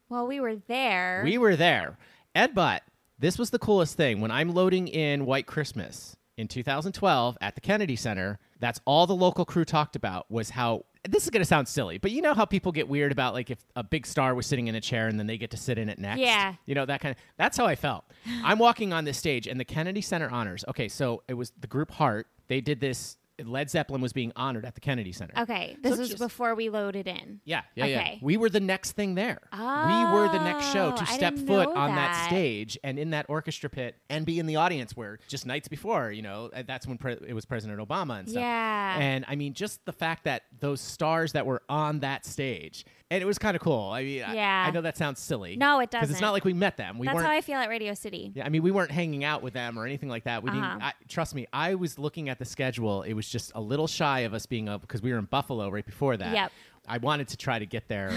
Speaker 4: Well, we were there.
Speaker 2: We were there. Ed Butt, this was the coolest thing. When I'm loading in White Christmas in 2012 at the Kennedy Center, that's all the local crew talked about was how this is going to sound silly, but you know how people get weird about like if a big star was sitting in a chair and then they get to sit in it next?
Speaker 4: Yeah.
Speaker 2: You know, that kind of that's how I felt. I'm walking on this stage and the Kennedy Center honors. Okay, so it was the group Heart. They did this. Led Zeppelin was being honored at the Kennedy Center.
Speaker 4: okay. This
Speaker 2: So
Speaker 4: was
Speaker 2: just-
Speaker 4: before we loaded in.
Speaker 2: yeah, yeah, yeah.
Speaker 4: Okay.
Speaker 2: We were the next thing there. we were the next show
Speaker 4: Oh,
Speaker 2: to
Speaker 4: I
Speaker 2: step
Speaker 4: didn't
Speaker 2: foot
Speaker 4: know
Speaker 2: on that.
Speaker 4: that.
Speaker 2: stage and in that orchestra pit and be in the audience where just nights before, you know, uh, that's when pre- it was President Obama and stuff.
Speaker 4: Yeah.
Speaker 2: And I mean, just the fact that those stars that were on that stage, and it was kind of cool. I mean, I-
Speaker 4: Yeah.
Speaker 2: I, know that sounds silly.
Speaker 4: No, it
Speaker 2: Because it's
Speaker 4: doesn't.
Speaker 2: not like we met them. We
Speaker 4: That's
Speaker 2: weren't.
Speaker 4: how I feel at Radio City.
Speaker 2: yeah, I mean, we weren't hanging out with them or anything like that. We didn't.
Speaker 4: Uh-huh.
Speaker 2: I, trust me, I was looking at the schedule. It was just a little shy of us being up because we were in Buffalo right before that.
Speaker 4: Yep.
Speaker 2: I wanted to try to get there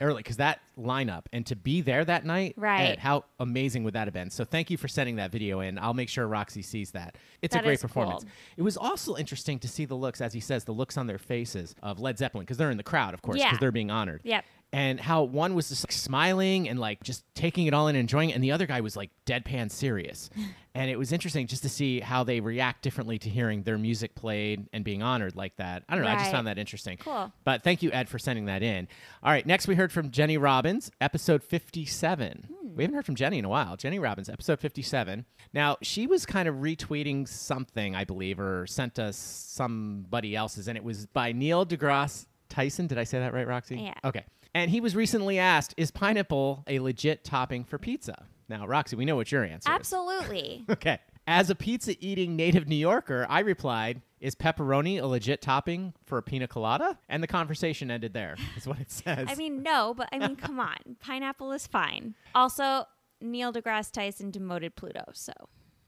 Speaker 2: early because that lineup and to be there that night.
Speaker 4: Right.
Speaker 2: Ed, how amazing would that have been? So thank you for sending that video in. I'll make sure Roxy sees that. It's a
Speaker 4: That
Speaker 2: great
Speaker 4: is cool.
Speaker 2: performance. It was also interesting to see the looks, as he says, the looks on their faces of Led Zeppelin because they're in the crowd, of course, because
Speaker 4: Yeah.
Speaker 2: they're being honored
Speaker 4: Yep.
Speaker 2: and how one was just like smiling and like just taking it all in and enjoying it and the other guy was like deadpan serious and it was interesting just to see how they react differently to hearing their music played and being honored like that i don't know i just
Speaker 4: Right.
Speaker 2: found that interesting
Speaker 4: Cool.
Speaker 2: but thank you ed for sending that in all right next we heard from jenny robbins episode 57
Speaker 4: Hmm.
Speaker 2: we haven't heard from jenny in a while jenny robbins episode 57 now she was kind of retweeting something i believe or sent us somebody else's and it was by neil degrasse tyson did i say that right roxy
Speaker 4: Yeah.
Speaker 2: Okay. And he was recently asked, is pineapple a legit topping for pizza? Now, Roxy, we know what your answer
Speaker 4: Absolutely.
Speaker 2: is. Okay. As a pizza eating native New Yorker, I replied, is pepperoni a legit topping for a pina colada? And the conversation ended there, is what it says.
Speaker 4: I mean, no, but I mean, come on. Pineapple is fine. Also, Neil deGrasse Tyson demoted Pluto, so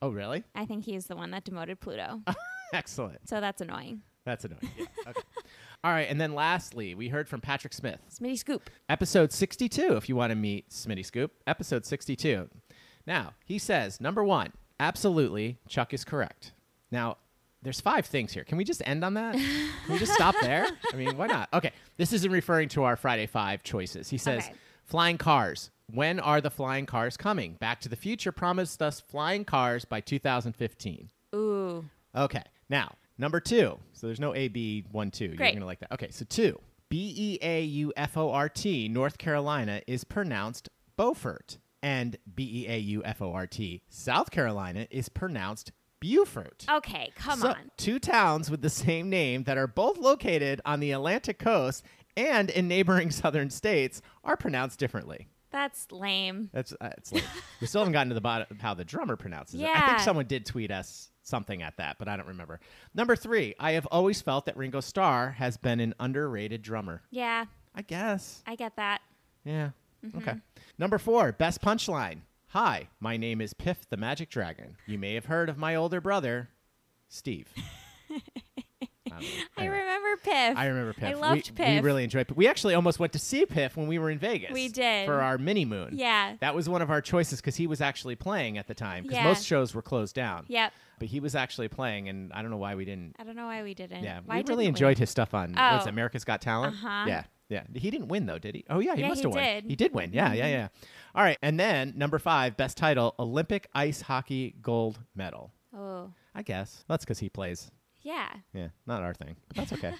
Speaker 2: oh, really?
Speaker 4: I think he is the one that demoted Pluto.
Speaker 2: Excellent.
Speaker 4: so that's annoying.
Speaker 2: That's annoying. Yeah. Okay. All right. And then lastly, we heard from Patrick Smith.
Speaker 4: Smitty Scoop.
Speaker 2: episode 62 if you want to meet smitty scoop episode 62 now he says number one absolutely chuck is correct now there's five things here can we just end on that can we just stop there i mean why not okay this isn't referring to our friday five choices he says
Speaker 4: Okay.
Speaker 2: flying cars when are the flying cars coming back to the future promised us flying cars by 2015
Speaker 4: Ooh.
Speaker 2: Okay. Now, number two. So there's no A B one two. You're
Speaker 4: Great.
Speaker 2: gonna like that. Okay, so two. B E A U F O R T, North Carolina is pronounced Beaufort. And B E A U F O R T, South Carolina is pronounced Beaufort.
Speaker 4: Okay, Oh, come
Speaker 2: So,
Speaker 4: on.
Speaker 2: Two towns with the same name that are both located on the Atlantic coast and in neighboring southern states are pronounced differently.
Speaker 4: That's lame.
Speaker 2: That's uh, it's like, we still haven't gotten to the bottom of how the drummer pronounces it. I think
Speaker 4: Yeah.
Speaker 2: someone did tweet us something at that, but I don't remember. Number three, I have always felt that Ringo Starr has been an underrated drummer.
Speaker 4: Yeah,
Speaker 2: I guess.
Speaker 4: I get that.
Speaker 2: Yeah.
Speaker 4: Mm-hmm.
Speaker 2: Okay. Number four, best punchline. Hi, my name is Piff the Magic Dragon. You may have heard of my older brother, Steve. I,
Speaker 4: I remember Piff.
Speaker 2: I remember Piff.
Speaker 4: I
Speaker 2: We-
Speaker 4: loved
Speaker 2: we,
Speaker 4: Piff.
Speaker 2: really enjoyed Piff. We actually almost went to see Piff when we were in Vegas.
Speaker 4: We did.
Speaker 2: For our mini moon.
Speaker 4: Yeah.
Speaker 2: That was one of our choices because he was actually playing at the time because
Speaker 4: Yeah.
Speaker 2: most shows were closed down.
Speaker 4: Yep.
Speaker 2: But he was actually playing, and I don't know why we didn't.
Speaker 4: I don't know why we didn't.
Speaker 2: Yeah.
Speaker 4: Why
Speaker 2: we really
Speaker 4: didn't
Speaker 2: enjoyed his stuff on what's
Speaker 4: Oh.
Speaker 2: it, America's Got Talent.
Speaker 4: Uh-huh.
Speaker 2: Yeah. Yeah. He didn't win, though, did he? Oh, yeah. He
Speaker 4: Yeah,
Speaker 2: must
Speaker 4: he
Speaker 2: have won.
Speaker 4: did. Mm-hmm.
Speaker 2: He did win. Yeah. Yeah. Yeah. All right. And then number five, best title Olympic ice hockey gold medal.
Speaker 4: Oh,
Speaker 2: I guess. That's because he plays.
Speaker 4: Yeah.
Speaker 2: Yeah, not our thing, but that's okay.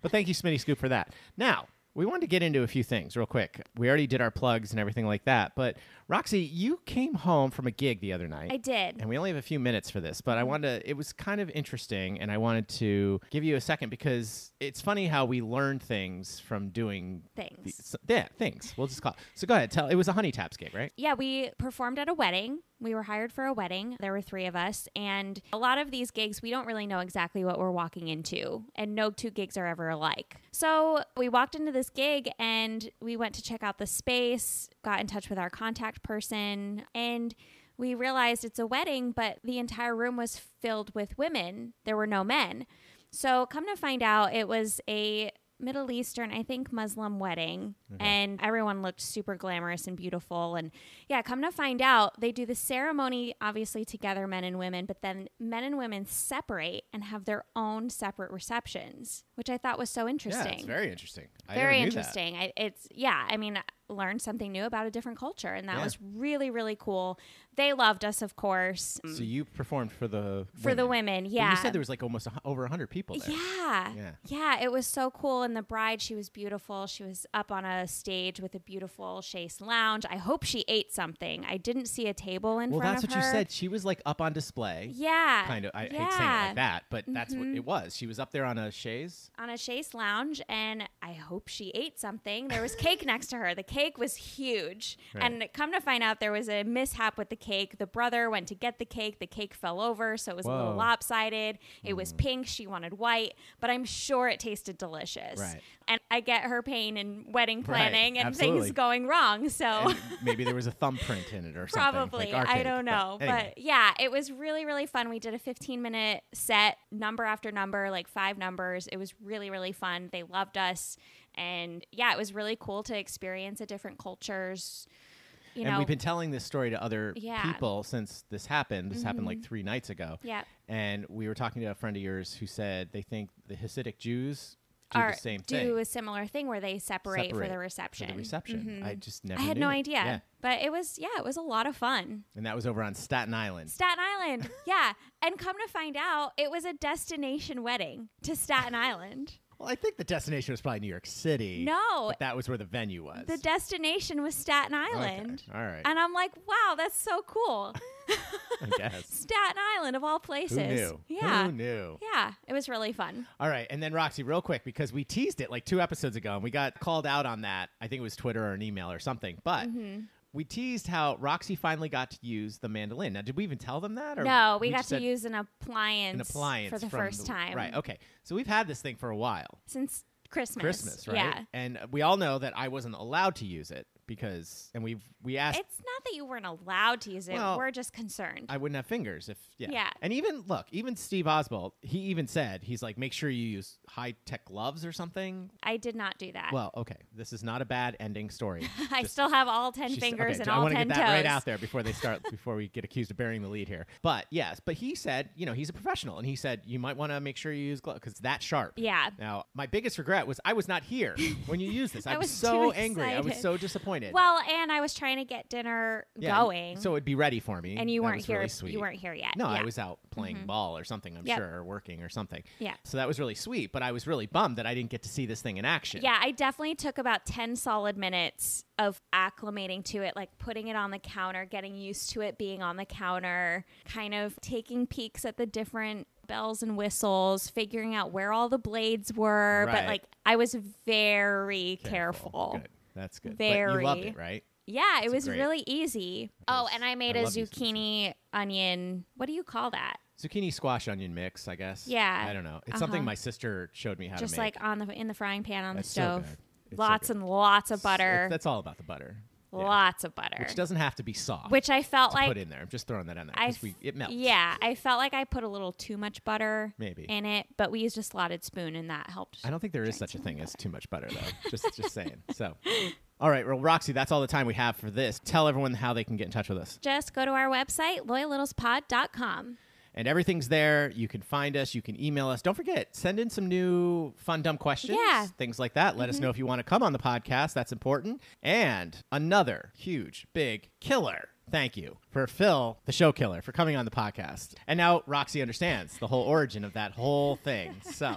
Speaker 2: but thank you, Smitty Scoop, for that. Now, we wanted to get into a few things real quick. We already did our plugs and everything like that, but Roxy, you came home from a gig the other night.
Speaker 4: I did.
Speaker 2: And we only have a few minutes for this,
Speaker 4: Mm-hmm.
Speaker 2: but I wanted to, it was kind of interesting, and I wanted to give you a second because it's funny how we learn things from doing
Speaker 4: Things.
Speaker 2: these- yeah, things. We'll just call it. So go ahead, tell. It was a Honey Taps gig, right?
Speaker 4: Yeah, we performed at a wedding. We were hired for a wedding. There were three of us. And a lot of these gigs, we don't really know exactly what we're walking into. And no two gigs are ever alike. So we walked into this gig and we went to check out the space, got in touch with our contact person, and we realized it's a wedding, but the entire room was filled with women. There were no men. So come to find out, it was a Middle Eastern, I think Muslim wedding,
Speaker 2: Mm-hmm.
Speaker 4: and everyone looked super glamorous and beautiful. And yeah, come to find out, they do the ceremony obviously together, men and women, but then men and women separate and have their own separate receptions, which I thought was so interesting.
Speaker 2: Yeah, it's very interesting. I never
Speaker 4: Very
Speaker 2: knew that.
Speaker 4: interesting. I, it's yeah. I mean, I learned something new about a different culture, and that
Speaker 2: Yeah.
Speaker 4: was really really cool. They loved us, of course. mm,
Speaker 2: So you performed for the
Speaker 4: For the women,
Speaker 2: But
Speaker 4: yeah.
Speaker 2: You said there was like almost a, hu- over hundred people there.
Speaker 4: Yeah.
Speaker 2: Yeah.
Speaker 4: it was so cool. And the bride, she was beautiful. She was up on a stage with a beautiful chaise lounge. I hope she ate something. I didn't see a table in
Speaker 2: Well,
Speaker 4: front
Speaker 2: that's
Speaker 4: of
Speaker 2: what
Speaker 4: her.
Speaker 2: you said. She was like up on display.
Speaker 4: Yeah.
Speaker 2: Kind of. I
Speaker 4: yeah. Mm-hmm.
Speaker 2: hate saying it like that, but that's what it was. She was up there on a chaise.
Speaker 4: On a chaise lounge, and I hope she ate something. There was cake next to her. The cake was huge.
Speaker 2: Right.
Speaker 4: And come to find out, there was a mishap with the cake. The brother went to get the cake. The cake fell over, so it was a little
Speaker 2: Whoa. Hmm.
Speaker 4: lopsided. It was pink. She wanted white, but I'm sure it tasted delicious.
Speaker 2: Right.
Speaker 4: And I get her pain in wedding
Speaker 2: Right,
Speaker 4: planning and
Speaker 2: absolutely.
Speaker 4: things going wrong. So
Speaker 2: And maybe there was a thumbprint in it or something. like
Speaker 4: probably,
Speaker 2: our
Speaker 4: I
Speaker 2: cake,
Speaker 4: don't know. But,
Speaker 2: anyway.
Speaker 4: yeah, it was really, really fun. We did a 15 minute set, number after number, like five numbers. It was really, really fun. They loved us. And yeah, it was really cool to experience a different cultures. You
Speaker 2: and
Speaker 4: know,
Speaker 2: we've been telling this story to other
Speaker 4: Yeah. Mm-hmm.
Speaker 2: people since this happened. This happened like three nights ago.
Speaker 4: Yeah.
Speaker 2: And we were talking to a friend of yours who said they think the Hasidic Jews do
Speaker 4: are-
Speaker 2: the same
Speaker 4: do
Speaker 2: thing.
Speaker 4: a similar thing where they separate, for the reception. Mm-hmm.
Speaker 2: For the reception. I just never
Speaker 4: I had
Speaker 2: knew
Speaker 4: no
Speaker 2: that.
Speaker 4: idea.
Speaker 2: Yeah.
Speaker 4: But it was, yeah, it was a lot of fun.
Speaker 2: And that was over on Staten Island.
Speaker 4: Staten Island. yeah. And come to find out, it was a destination wedding to Staten Island.
Speaker 2: Well, I think the destination was probably New York City.
Speaker 4: No.
Speaker 2: But that was where the venue was.
Speaker 4: The destination was Staten
Speaker 2: Okay,
Speaker 4: Island.
Speaker 2: All right.
Speaker 4: And I'm like, wow, that's so cool.
Speaker 2: I guess.
Speaker 4: Staten Island of all places.
Speaker 2: Who knew?
Speaker 4: Yeah.
Speaker 2: Who knew?
Speaker 4: Yeah. It was really fun.
Speaker 2: All right. And then, Roxy, real quick, because we teased it like two episodes ago and we got called out on that. I think it was Twitter or an email or something. But.
Speaker 4: Mm-hmm.
Speaker 2: We teased how Roxy finally got to use the mandolin. Now, did we even tell them that? Or
Speaker 4: No, we, got
Speaker 2: just
Speaker 4: to
Speaker 2: said
Speaker 4: use an appliance,
Speaker 2: an appliance
Speaker 4: for the
Speaker 2: from
Speaker 4: first time.
Speaker 2: Right. Okay. So we've had this thing for a while.
Speaker 4: Since Christmas.
Speaker 2: Christmas, right?
Speaker 4: Yeah.
Speaker 2: And we all know that I wasn't allowed to use it because, and we've we asked
Speaker 4: It's not that you weren't allowed to use it.
Speaker 2: Well,
Speaker 4: We're just concerned.
Speaker 2: I wouldn't have fingers if yeah.
Speaker 4: Yeah.
Speaker 2: And even look, even Steve Oswald, he even said he's like, make sure you use high tech gloves or something.
Speaker 4: I did not do that.
Speaker 2: Well, okay, this is not a bad ending story.
Speaker 4: I still have all 10
Speaker 2: She said-
Speaker 4: fingers
Speaker 2: okay,
Speaker 4: and
Speaker 2: I
Speaker 4: all
Speaker 2: wanna
Speaker 4: 10
Speaker 2: get
Speaker 4: toes.
Speaker 2: that right out there before they start before we get accused of burying the lead here. But yes, but he said, you know, he's a professional, and he said you might want to make sure you use gloves because it's that sharp.
Speaker 4: Yeah.
Speaker 2: Now, my biggest regret was I was not here when you used this.
Speaker 4: I
Speaker 2: I,
Speaker 4: was
Speaker 2: so
Speaker 4: too
Speaker 2: angry. I was
Speaker 4: excited.
Speaker 2: so disappointed.
Speaker 4: Well, and I was trying to get dinner
Speaker 2: Yeah,
Speaker 4: going.
Speaker 2: So it'd be ready for me.
Speaker 4: and you
Speaker 2: That
Speaker 4: weren't
Speaker 2: was
Speaker 4: here.
Speaker 2: really sweet.
Speaker 4: You weren't here yet.
Speaker 2: No, I
Speaker 4: Yeah. Mm-hmm.
Speaker 2: was out playing ball or something, I'm
Speaker 4: Yep.
Speaker 2: sure, or working or something.
Speaker 4: Yeah.
Speaker 2: So that was really sweet, but I was really bummed that I didn't get to see this thing in action.
Speaker 4: Yeah, I definitely took about 10 solid minutes of acclimating to it, like putting it on the counter, getting used to it being on the counter, kind of taking peeks at the different bells and whistles, figuring out where all the blades were. But
Speaker 2: Right.
Speaker 4: like, I was very careful.
Speaker 2: Good. That's good. But you loved
Speaker 4: Very.
Speaker 2: it, right?
Speaker 4: Yeah, it was
Speaker 2: great.
Speaker 4: really easy. Oh, and I made
Speaker 2: I
Speaker 4: a
Speaker 2: love using
Speaker 4: zucchini onion. What do you call that?
Speaker 2: Zucchini squash onion mix, I guess.
Speaker 4: Yeah.
Speaker 2: I don't know. It's
Speaker 4: Uh-huh.
Speaker 2: something my sister showed me how
Speaker 4: Just
Speaker 2: to make.
Speaker 4: like on the in the frying pan on
Speaker 2: That's
Speaker 4: the
Speaker 2: so
Speaker 4: stove.
Speaker 2: good. It's so
Speaker 4: lots
Speaker 2: good.
Speaker 4: and lots of
Speaker 2: It's-
Speaker 4: butter.
Speaker 2: That's all about the butter. Yeah.
Speaker 4: lots of butter.
Speaker 2: Which doesn't have to be soft.
Speaker 4: Which I felt
Speaker 2: to
Speaker 4: like
Speaker 2: put in there. I'm just throwing that in there
Speaker 4: I
Speaker 2: because we it melts.
Speaker 4: Yeah, I felt like I put a little too much butter
Speaker 2: Maybe.
Speaker 4: in it, but we used a slotted spoon and that helped.
Speaker 2: I don't think there is such a thing as too much butter, though. just, just saying. So, all right, well, Roxy, that's all the time we have for this. Tell everyone how they can get in touch with us.
Speaker 4: Just go to our website, loyallittlespod.com.
Speaker 2: and everything's there. You can find us. You can email us. Don't forget, send in some new fun, dumb questions,
Speaker 4: Yeah.
Speaker 2: things like that. Let us know if you want to come on the podcast. That's important. And another huge, big killer Thank you for Phil, the show killer, for coming on the podcast. And now Roxy understands the whole origin of that whole thing. So,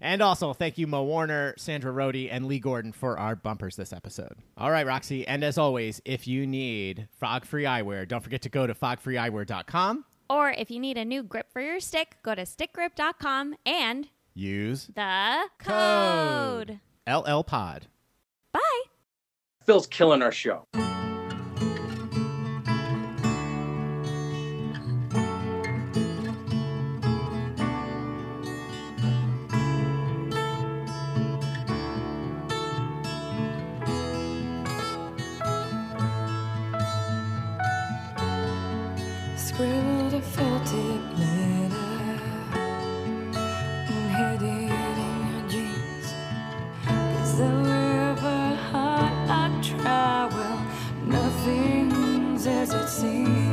Speaker 2: and also thank you, Mo Warner, Sandra Rohde, and Lee Gordon for our bumpers this episode. All right, Roxy. And as always, if you need fog free eyewear, don't forget to go to fogfreeeyewear.com.
Speaker 4: Or if you need a new grip for your stick, go to stickgrip.com and
Speaker 2: Use
Speaker 4: the code.
Speaker 2: LL Pod.
Speaker 4: Bye.
Speaker 8: Phil's killing our show.
Speaker 7: Scribbled a faulty letter and hid it in your dreams. 'Cause however hard I try, well, nothing's as it seems.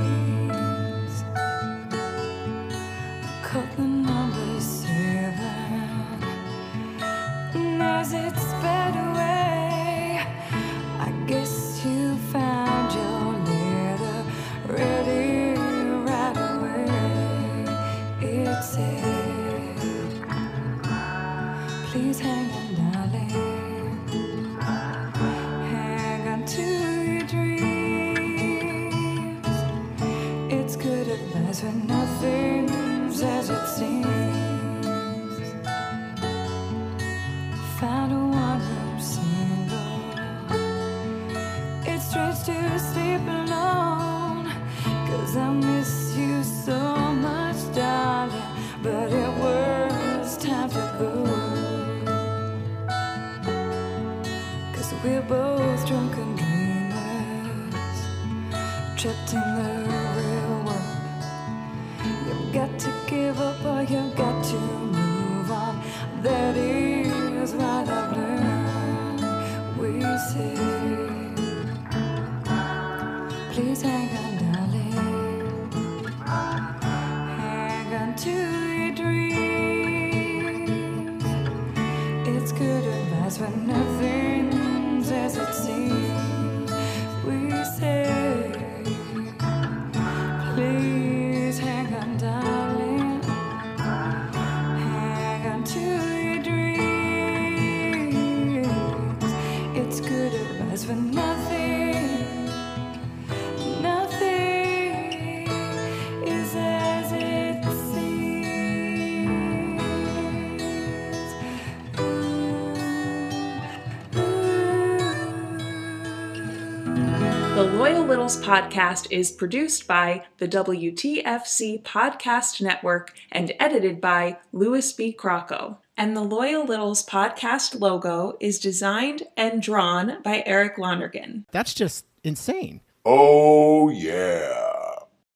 Speaker 7: I cut the number seven, and as it sped away, I guess you found your letter ready right away. It said, Please hang on, darling. Hang on to your dreams. It's good advice when nothing's as it seems. Found a one room single. It strange to sleep alone. Cause I miss you so much, darling. But it was time to go. Cause we're both drunken dreamers. Trapped in the real world. You've got to give up or you've got to move on. That is what I've learned. We say. Please hang on, darling. Hang on to your dreams. It's good advice when nothing's as it seems. We say, please hang on, darling. Hang on to your dreams. It's good advice when nothing. Nothing is as it seems. Ooh, ooh.
Speaker 11: The Loyal Littles podcast is produced by the WTFC Podcast Network and edited by Louis B. Crocco. And the Loyal Littles podcast logo is designed and drawn by Eric Lonergan.
Speaker 2: That's just insane.
Speaker 12: Oh, yeah.